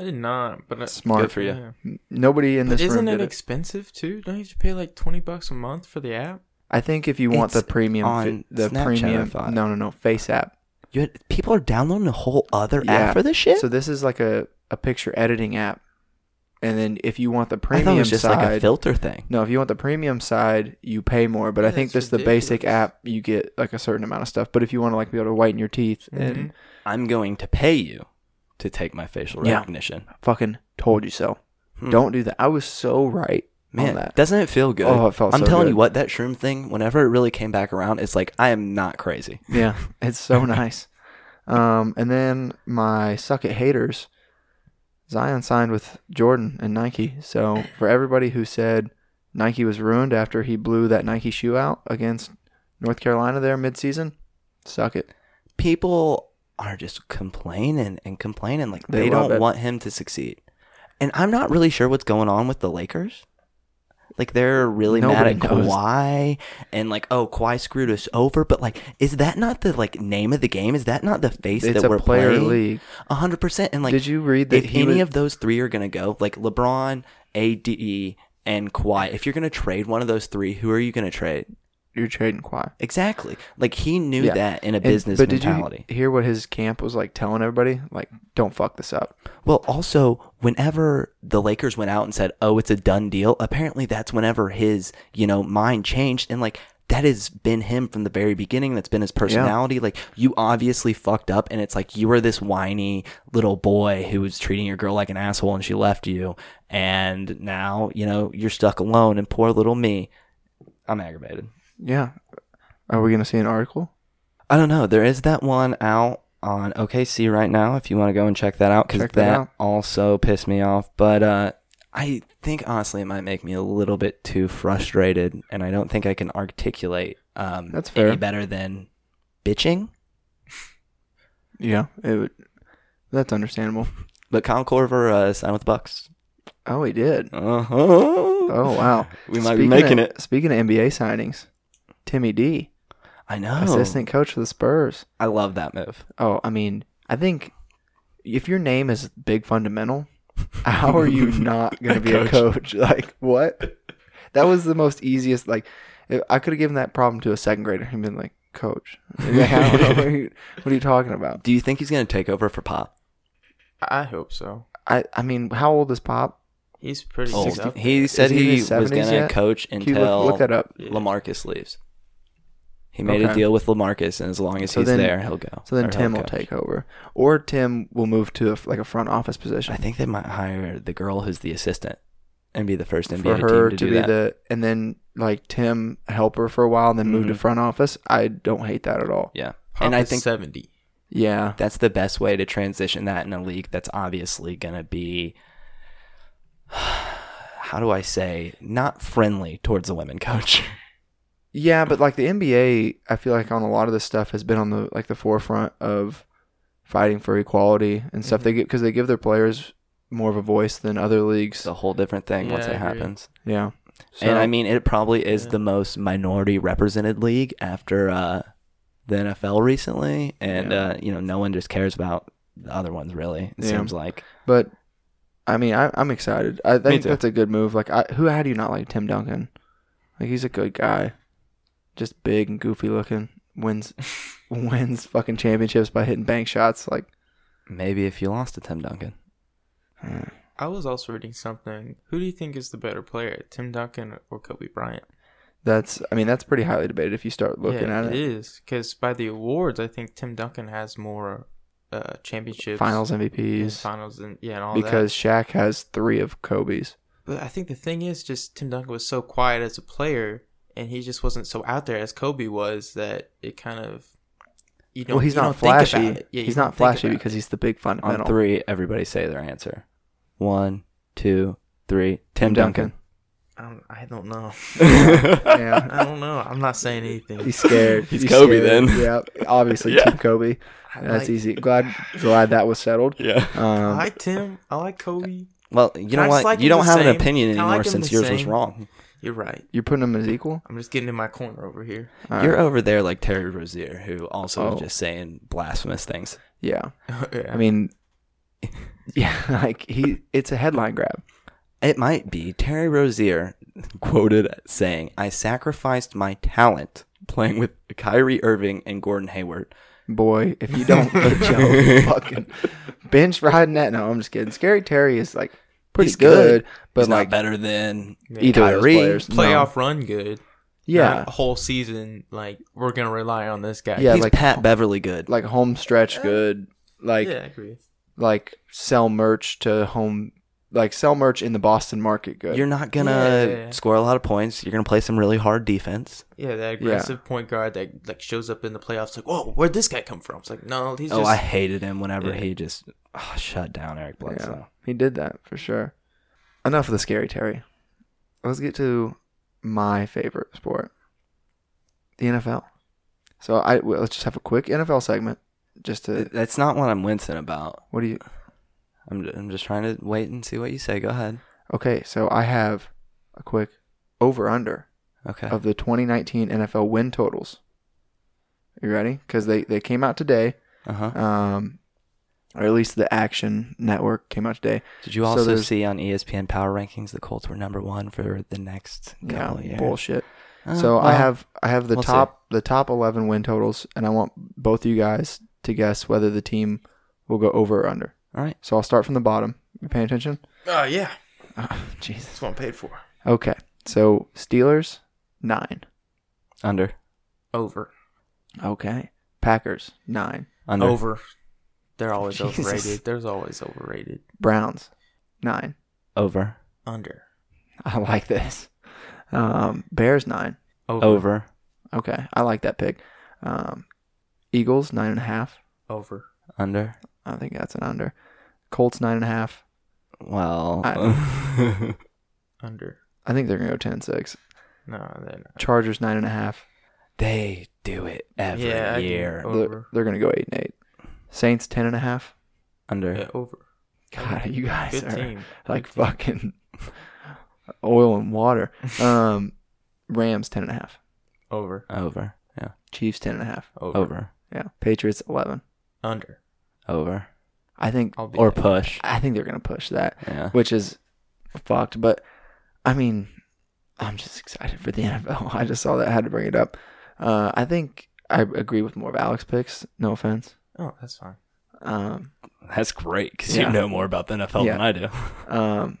C: I did not, but I,
B: Smart.
A: Good for you.
C: yeah.
B: Nobody in
C: But
B: this room
C: isn't
B: did
C: it
B: it.
C: expensive too? Don't you have to pay like twenty bucks a month for the app?
B: I think if you want the
A: It's
B: premium, fi-
A: on
B: the
A: Snapchat, I
B: premium.
A: thought.
B: No, no, no. Face app.
A: You had, people are downloading a whole other
B: Yeah.
A: app for this shit.
B: So this is like a, a picture editing app, and then if you want the
A: I
B: premium
A: thought it was just
B: side,
A: like a filter thing.
B: no, if you want the premium side, you pay more. But I
C: Yeah,
B: think
C: it's
B: this the basic
C: ridiculous.
B: app. You get like a certain amount of stuff. But if you want to like be able to whiten your teeth and
A: I'm going to pay you to take my facial
B: Yeah.
A: recognition.
B: fucking told you so,
A: Hmm.
B: don't do that. I was so right on
A: Man,
B: that.
A: doesn't it feel good?
B: Oh, it felt
A: I'm
B: so
A: telling
B: good.
A: you what, that shroom thing, whenever it really came back around, it's like I am not crazy.
B: yeah, it's so nice. Um, and then my suck it haters, Zion signed with Jordan and Nike. So for everybody who said Nike was ruined after he blew that Nike shoe out against North Carolina there midseason, suck it.
A: People are just complaining and complaining like
B: They
A: they,
B: love
A: don't
B: it.
A: want him to succeed. And I'm not really sure what's going on with the Lakers. Like they're really
B: Nobody
A: mad at
B: knows.
A: Kawhi and like oh Kawhi screwed us over, but like is that not the like name of the game? Is that not the face
B: It's
A: that
B: a
A: we're
B: player
A: playing?
B: league.
A: A hundred percent. And like,
B: Did you read that
A: if
B: he
A: any
B: was-
A: of those three are gonna go, like LeBron, AD, and Kawhi, if you're gonna trade one of those three, who are you gonna trade?
B: You're trading Kawhi.
A: Exactly. Like he knew
B: Yeah.
A: that in a
B: And-
A: business
B: but
A: mentality.
B: did you hear what his camp was like telling everybody? Like, don't fuck this up.
A: Well, also, whenever the Lakers went out and said, "Oh, it's a done deal," apparently that's whenever his, you know, mind changed and like that has been him from the very beginning. That's been his personality. Like you obviously fucked up and it's like you were this whiny little boy who was treating your girl like an asshole and she left you and now, you know, you're stuck alone and poor little me. I'm aggravated.
B: Yeah. Are we gonna see an article?
A: I don't know. There is that one out on OKC right now if you want to go and check that out because
B: Check
A: that,
B: that out.
A: also pissed me off. But uh, I think honestly it might make me a little bit too frustrated, and I don't think I can articulate um,
B: That's fair.
A: any better than bitching.
B: Yeah, it would. That's understandable.
A: But Kyle Corver uh, signed with the Bucks.
B: Oh, he did.
A: Uh-huh.
B: Oh, wow.
A: we might be
B: Speaking
A: making
B: of-
A: it.
B: Speaking of NBA signings, Timmy D,
A: I know.
B: assistant coach for the Spurs.
A: I love that move.
B: Oh, I mean, I think if your name is Big Fundamental, how are you not going to be a coach? Like, what? That was the most easiest. Like, if- I could have given that problem to a second grader and been like, Coach, how- what, are you, what are you talking about?
A: Do you think he's gonna take over for Pop?
C: I hope so.
B: I, I mean, how old is Pop?
C: He's pretty
A: Old.
C: stuck.
A: He said
B: Oh, he in
A: he,
B: his
A: was
B: 70s
A: gonna
B: yet?
A: coach
B: Can you
A: until
B: look, look that up.
C: Yeah.
A: Lamarcus leaves. He made a
B: Okay.
A: deal with Lamarcus, and as long as
B: So
A: he's
B: then-
A: there, he'll go.
B: So then
A: Oh, or he'll
B: Tim will
A: coach.
B: take over, or Tim will move to a, f- like a front office position.
A: I think they might hire the girl who's the assistant and be the first NBA
B: for her
A: team to,
B: to,
A: do
B: be
A: that.
B: the and then like Tim help her for a while and then move to
A: Mhm.
B: front office. I don't hate that at all.
A: yeah,
C: Pop
A: and I
C: is
A: think
C: seventy.
B: Yeah.
A: that's the best way to transition that in a league that's obviously gonna be. How do I say not friendly towards the women coach?
B: Yeah, but like the NBA, I feel like on a lot of this stuff has been on the like the forefront of fighting for equality and
A: Mm-hmm.
B: stuff. They get because they give their players more of a voice than other
A: It's
B: leagues.
A: a whole different thing once
C: Yeah,
A: it
C: I agree.
A: happens.
B: Yeah. So,
A: and I mean, it probably is
C: Yeah.
A: the most minority represented league after uh, the NFL recently, and
B: Yeah.
A: uh, you know, no one just cares about the other ones really. It
B: Yeah.
A: seems like
B: but I mean, I, I'm excited. I think
A: too.
B: that's a good move. Like, I, who how do you not like Tim Duncan? Like, he's a good guy, just big and goofy looking. Wins, wins fucking championships by hitting bank shots. Like,
A: maybe if you lost to Tim Duncan,
B: eh.
C: I was also reading something. Who do you think is the better player, Tim Duncan or Kobe Bryant?
B: that's I mean, that's pretty highly debated if you start looking
C: yeah,
B: at it.
C: it is because by the awards, I think Tim Duncan has more uh, championships,
B: Finals
C: and
B: MVPs
C: finals, and yeah, and all that.
B: because Shaq has three of Kobe's.
C: But I think the thing is, just Tim Duncan was so quiet as a player, and he just wasn't so out there as Kobe was. That it kind of you know
B: well, he's
C: you
B: not
C: don't think about
B: flashy.
C: it. Yeah, you
B: he's
C: don't
B: not
C: think
B: flashy
C: about
B: because
C: it.
B: he's the big
A: on
B: fundamental.
A: three, everybody say their answer. One, two, three. Tim Duncan.
C: I don't, I don't know.
B: yeah.
C: I don't know. I'm not saying anything.
B: He's scared.
A: He's Kobe then.
B: Yeah, obviously
A: Yeah.
B: Team Kobe.
C: I
B: That's
C: like,
B: easy. Glad glad that was settled.
A: Yeah.
C: I
B: Um,
C: like Tim. I like Kobe.
A: Well, you
C: I
A: know
C: just
A: what?
C: like
A: you
C: him
A: don't
C: the
A: have an
C: same?
A: opinion
C: Can I
A: anymore
C: like him
A: since
C: the
A: yours was
C: same?
A: wrong.
C: You're right.
B: you're putting him as equal. Uh,
C: I'm just getting in my corner over here.
B: All
A: You're
B: right.
A: over there like Terry Rozier, who also
B: Oh.
A: was just saying blasphemous things.
B: yeah.
C: Yeah.
B: I mean, yeah, like he. It's a headline grab.
A: It might be Terry Rozier quoted saying, I sacrificed my talent playing with Kyrie Irving and Gordon Hayward.
B: Boy, if you don't get your fucking bench riding that, no, I'm just kidding. Scary Terry is like pretty
A: He's
B: good,
A: good.
B: but
A: He's
B: like
A: not better than
B: either of
A: Kyrie.
B: those players, no.
C: playoff run good.
B: yeah,
C: Not a whole season. Like we're gonna rely on this guy.
B: Yeah,
A: he's
B: like-
A: Pat Beverly good.
B: like home stretch good, like
C: yeah, I agree.
B: like sell merch to home, like sell merch in the Boston market good.
A: You're not gonna
C: Yeah.
A: score a lot of points. You're gonna play some really hard defense.
C: Yeah, that aggressive point guard that like shows up in the playoffs. Like, whoa, where'd this guy come from? It's like, no, he's
A: oh,
C: just.
A: I hated him whenever
C: Yeah.
A: he just oh, shut down Eric
B: yeah,
A: Bledsoe.
B: he did that for sure. Enough of the scary Terry. Let's get to my favorite sport, the NFL. So I well, let's just have a quick NFL segment. Just to
A: Th- That's not what I'm wincing about.
B: what do you?
A: I'm, j- I'm just trying to wait and see what you say. Go ahead.
B: Okay, so I have a quick over under
A: Okay.
B: of the 2019 NFL win totals. You ready? Because they they came out today.
A: Uh huh.
B: um, or at least the Action Network came out today.
A: Did you
B: so
A: also
B: there's-
A: see on E ESPN Power Rankings the Colts were number one for the next
B: Yeah,
A: couple years?
B: bullshit.
A: Oh,
B: so I
A: well,
B: have I have the
A: we'll see.
B: top the top eleven win totals, and I want both you guys to guess whether the team will go over or under.
A: All right.
B: So I'll start from the bottom. You paying attention?
C: Oh yeah,
B: Oh, Jesus.
C: that's what I'm paid for.
B: Okay. So Steelers nine.
A: Under.
C: Over,
B: Okay. Packers nine.
A: Under.
C: over. They're always
B: Jesus.
C: overrated. There's always overrated.
B: Browns nine.
A: Over.
C: Under,
B: I like this. Um, Bears nine.
C: over.
A: Over.
B: Okay, I like that pick. Um, Eagles nine and a half.
C: Over.
A: Under?
B: I think that's an under. Colts nine and a half.
A: Well,
C: Under.
B: I think they're gonna go 10-6.
C: No, they're not.
B: Chargers nine and a half.
A: they do it every
C: Yeah, I do.
A: year.
C: Oh.
B: They're,
C: Over.
B: they're gonna go eight and eight. Saints ten and a half.
A: Under.
C: Yeah, over. Oh,
B: God, you guys
C: Good
B: are
C: team.
B: like fucking oil and water. Um, Rams ten and a half.
C: Over.
A: Over. Yeah.
B: Chiefs ten and a half.
C: Over.
A: Over.
B: Yeah. Patriots eleven.
C: Under.
A: Over.
B: I think
C: I'll be
A: Or
C: there.
A: push.
B: I think they're gonna push that,
A: Yeah.
B: which is fucked. But I mean, I'm just excited for the NFL. I just saw that. I had to bring it up. Uh, I think I agree with more of Alex picks. No offense.
C: Oh, that's fine.
B: Um,
A: That's great because
B: Yeah.
A: you know more about the NFL
B: Yeah.
A: than I do.
B: um,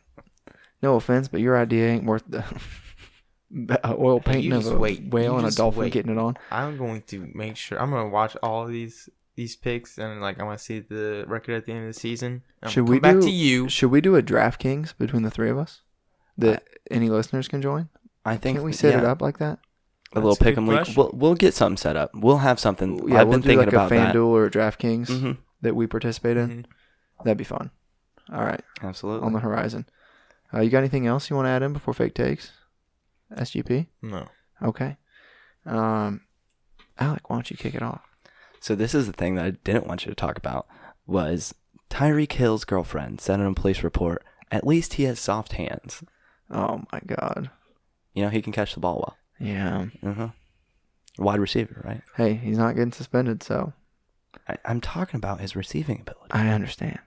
B: no offense, but your idea ain't worth the the oil
C: Hey, you
B: painting of
C: just
B: a
C: wait. You
B: whale and a
C: just
B: dolphin
C: wait.
B: getting it on.
C: I'm going to make sure. I'm gonna watch all these these picks and like I'm gonna see the record at the end of the season. I'm
B: Should
C: gonna
B: we
C: come back
B: do-
C: to you?
B: Should we do a DraftKings between the three of us that any listeners can join?
A: I think
B: Can't we set it
A: yeah,
B: up like that?
A: a little
C: That's a good
A: pick 'em league.
C: question.
A: We'll, we'll get something set up. We'll have something.
B: Yeah,
A: Mm, I've
B: we'll
A: been
B: do
A: thinking
B: like
A: about
B: a
A: that.
B: FanDuel or a DraftKings
A: hmm
B: that we participate in.
C: Mhm.
B: That'd be fun. All right, on
A: Absolutely.
B: the horizon. Uh, you got anything else you want to add in before fake takes? SGP.
C: No.
B: Okay. Um, Alec, why don't you kick it off?
A: So this is the thing that I didn't want you to talk about was Tyreek Hill's girlfriend said in a police report. At least he has soft hands.
B: Oh my God.
A: You know he can catch the ball
B: Yeah.
A: well. Uh-huh. Wide receiver, right?
B: Hey, he's not getting suspended, so
A: I, I'm talking about his receiving ability.
B: I understand.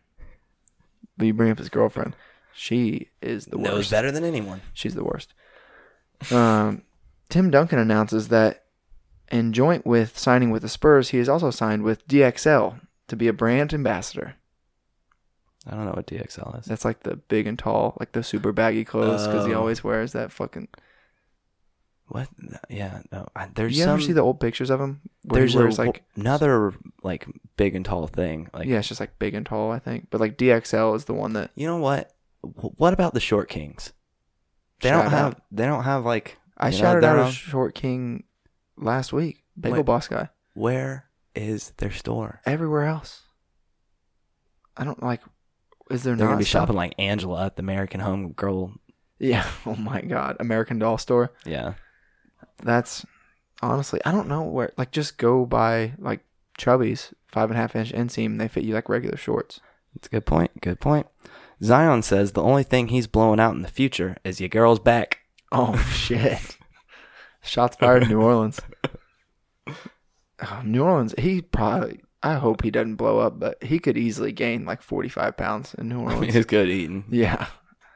B: But you bring up his girlfriend. She is the
A: Knows
B: worst.
A: better than anyone.
B: She's the worst. Um, Tim Duncan announces that in joint with signing with the Spurs, he has also signed with DXL to be a brand ambassador.
A: I don't know what DXL is.
B: That's like the big and tall, like the super baggy clothes, because he
A: Oh.
B: always wears that fucking.
A: What? Yeah, no. I, there's
B: you
A: some.
B: ever see the old pictures of him? Where
A: there's
B: he wears
A: a,
B: like,
A: another like big and tall thing. Like,
B: yeah, it's just like big and tall, I think. But like DXL is the one that
A: you know what? Wh- What about the short kings? They
B: Shout
A: don't have.
B: out.
A: They don't have like.
B: I
A: you know,
B: shouted
A: their
B: out a
A: own-
B: short king last week. Bagel
A: Wait.
B: Boss guy.
A: Where is their store?
B: Everywhere else, I don't like. Is there
A: They're
B: not
A: gonna be
B: stuff?
A: shopping like Angela at the American Home Girl.
B: Yeah. Oh my God. American Doll store.
A: Yeah.
B: That's honestly, I don't know where. Like, just go buy like Chubby's five and a half inch inseam. They fit you like regular shorts.
A: That's a good point. Good point. Zion says the only thing he's blowing out in the future is your girl's back.
B: Oh shit! Shots fired in New Orleans. Oh, New Orleans. He probably. I hope he doesn't blow up, but he could easily gain like forty five pounds in New
A: I mean,
B: Orleans.
A: it's good eating.
B: yeah.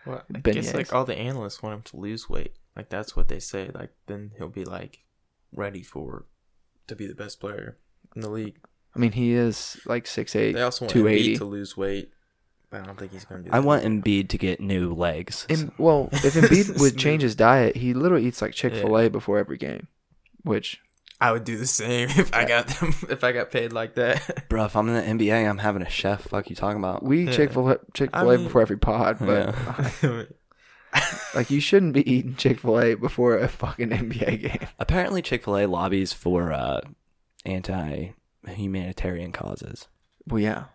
C: Well, I
B: Beignets.
C: guess like all the analysts want him to lose weight. Like that's what they say. Like then he'll be like ready for to be the best player in the league.
B: I mean, he is like six eight,
C: They also want
B: two
C: Embiid
B: eighty.
C: to lose weight, but I don't think he's gonna do. That.
A: I want Embiid to get new legs.
B: Em- well, if Embiid would
C: Smooth.
B: change his diet, he literally eats like Chick Fil A before every game, which
C: I would do the same if I got them. If I got paid like that.
A: Bro, if I'm in the NBA, I'm having a chef. Fuck you talking about?
B: we Chick Fil A Chick Fil A
C: I mean-
B: before every pod, but
A: Yeah.
B: like you shouldn't be eating Chick Fil A before a fucking NBA game.
A: Apparently, Chick Fil A lobbies for uh, anti-humanitarian causes.
B: Well, yeah,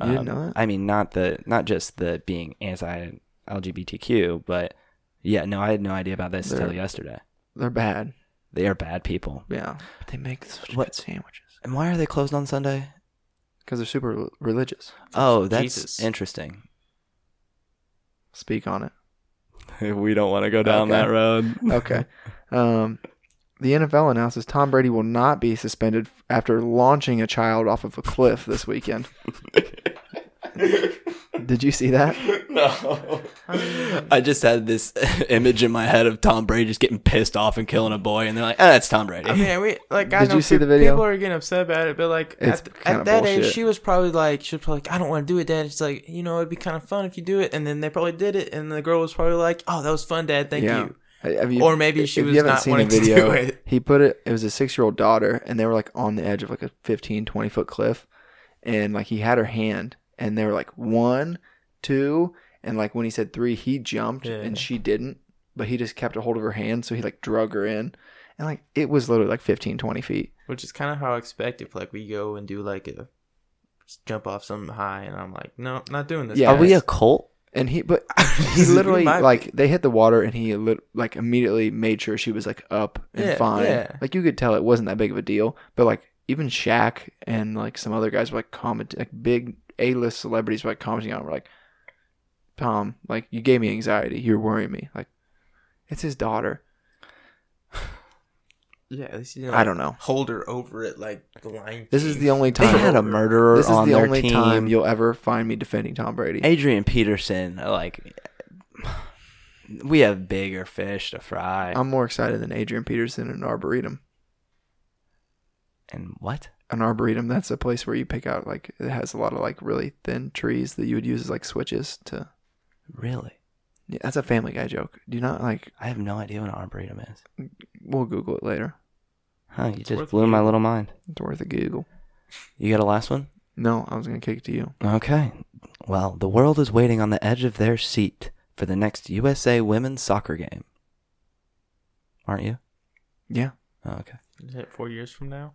B: you didn't
A: Um,
B: know that.
A: I mean, not the not just the being anti-LGBTQ, but yeah, no, I had no idea about this until
B: They're-
A: yesterday.
B: They're bad.
A: They are bad people.
B: Yeah, but they make such
A: What-
B: good sandwiches
A: And why are they closed on Sunday?
B: because they're super rel- religious.
A: Oh, that's
C: Jesus.
A: interesting.
B: Speak on it.
A: we don't want to go
B: down that
A: road.
B: Okay. um, the NFL announces Tom Brady will not be suspended f- after launching a child off of a cliff this weekend. Did you see that?
A: No. I just had this image in my head of Tom Brady just getting pissed off and killing a boy, and they're like, "Ah, that's Tom Brady."
C: I mean, we like. I
B: Did
C: know
B: you see
C: peop-
B: the video?
C: People are getting upset about it, but like
B: It's
C: at, th-
B: kinda
C: at that
B: bullshit.
C: age, she was probably like, she was probably like, I don't want to do it, Dad. It's like, you know, it'd be kind of fun if you do it, and then they probably did it, and the girl was probably like, Oh, that was fun, Dad. Thank
B: Yeah. Uh,
C: you.
B: Have you-
C: Or maybe
B: if
C: she
B: you
C: was
B: haven't
C: not
B: seen the
C: wanting to
B: video,
C: do it.
B: He put it, it was a six year old daughter, and they were like on the edge of like a 15, 20 foot cliff. And like he had her hand, and they were like one, two. And like when he said three, he jumped
C: Yeah.
B: and she didn't, but he just kept a hold of her hand. So he like drug her in. And like it was literally like 15, 20 feet.
C: Which is kind of how I expect if like we go and do like a jump off something high, and I'm like, no, not doing this.
B: Yeah.
A: Are we a
B: Yes.
A: cult?
B: And he, but he literally like they hit the water, and he lit, like immediately made sure she was like up and
C: Yeah,
B: fine.
C: yeah.
B: Like you could tell it wasn't that big of a deal. But like even Shaq and like some other guys were like comment like big A list celebrities were like commenting on. it, Were like, Tom, like you gave me anxiety. You're worrying me. Like it's his daughter.
C: yeah. At least you
B: I don't know.
C: hold her over it like the lion.
B: This is
C: King.
B: the only
A: They
B: time.
A: had a murderer
B: this is
A: on
B: the
A: their
B: only
A: team.
B: time you'll ever find me defending Tom Brady.
A: Adrian Peterson, like we have bigger fish to fry.
B: I'm more excited than Adrian Peterson in an arboretum.
A: and what?
B: An arboretum, that's a place where you pick out like it has a lot of like really thin trees that you would use as like switches to.
A: Really?
B: Yeah, that's a Family Guy joke. Do you not like?
A: I have no idea what an arboretum is.
B: We'll Google it later.
A: Huh, you
C: worth
A: just blew my little mind.
B: It's worth a Google.
A: You got a last one?
B: No, I was gonna kick it to you.
A: Okay. Well, the world is waiting on the edge of their seat for the next USA women's soccer game. Aren't you?
B: Yeah,
A: Oh, okay.
C: Is it four years from now?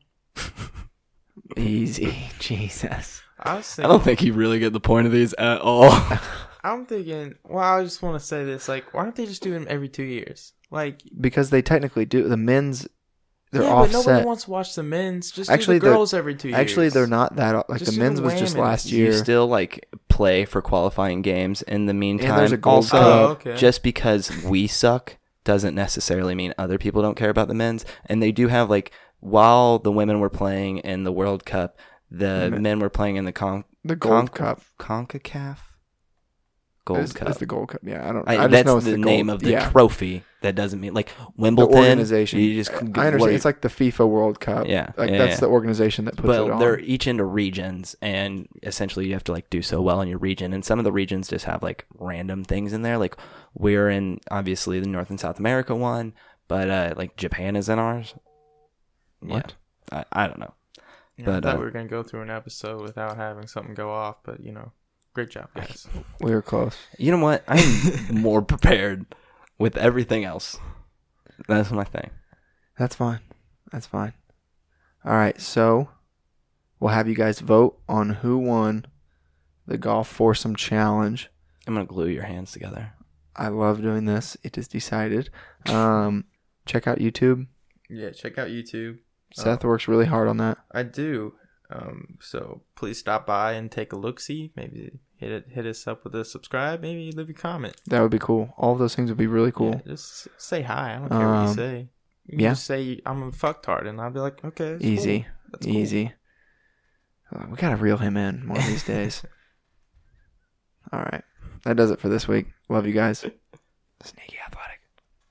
B: easy, Jesus.
C: I was
A: I
C: thinking,
A: don't think you really get the point of these at all.
C: I'm thinking. Well, I just want to say this. Like, why don't they just do them every two years? Like,
B: Because they technically do the men's, they're
C: yeah, but
B: offset.
C: nobody wants to watch the men's. Just
B: Actually,
C: actually, do
B: they're-
C: the girls every two years.
B: Actually, they're not that o- like
C: Just
B: the
C: do the
B: men's was just
C: women's.
B: last
A: you
B: year.
A: still like play for qualifying games in the meantime.
B: there's a Gold
A: also,
B: Cup.
C: Oh, okay.
A: just because we suck doesn't necessarily mean other people don't care about the men's. And they do have like while the women were playing in the World Cup, the
B: Men-
A: men were playing in the con-
B: the Gold
A: Conca-
B: Cup.
A: Concacaf Gold
B: It's-
A: Cup.
B: It's the Gold Cup. Yeah, I don't. I,
A: I,
B: just
A: that's
B: know it's
A: the,
B: the, Gold-
A: name of the
B: yeah.
A: trophy. That doesn't mean like Wimbledon
B: organization.
A: You just could-
B: I
A: what are
B: understand.
A: you-
B: It's like the FIFA World Cup.
A: Yeah,
B: like
A: yeah,
B: that's
A: yeah.
B: the organization that puts it
A: but
B: on.
A: they're each into regions and essentially you have to like do so well in your region and some of the regions just have like random things in there like we're in obviously the north and south america one but uh like japan is in ours
B: What?
A: yeah i, I don't know
C: Yeah, I
A: but,
C: thought
A: uh,
C: we were gonna go through an episode without having something go off, but you know, great job, guys.
B: we were close.
A: you know what i'm more prepared with everything else that's my thing
B: That's fine. That's fine. All right, so we'll have you guys vote on who won the golf foursome challenge.
A: i'm gonna glue your hands together
B: I love doing this. It is decided. Um, check out YouTube.
C: Yeah, check out YouTube.
B: Seth works really hard on that.
C: I do. Um, so please stop by and take a look. See, maybe hit it, hit us up with a subscribe. Maybe leave a comment.
B: That would be cool. All of those things would be really cool.
C: Yeah, just say hi. I don't care what
B: Um,
C: you say. You can
B: yeah.
C: just say I'm a fucktard, and I'll be like, okay, that's cool.
B: Easy.
C: That's cool.
B: Easy. Uh, we gotta reel him in one of these days. All right, that does it for this week. Love you guys. Sneaky athletic.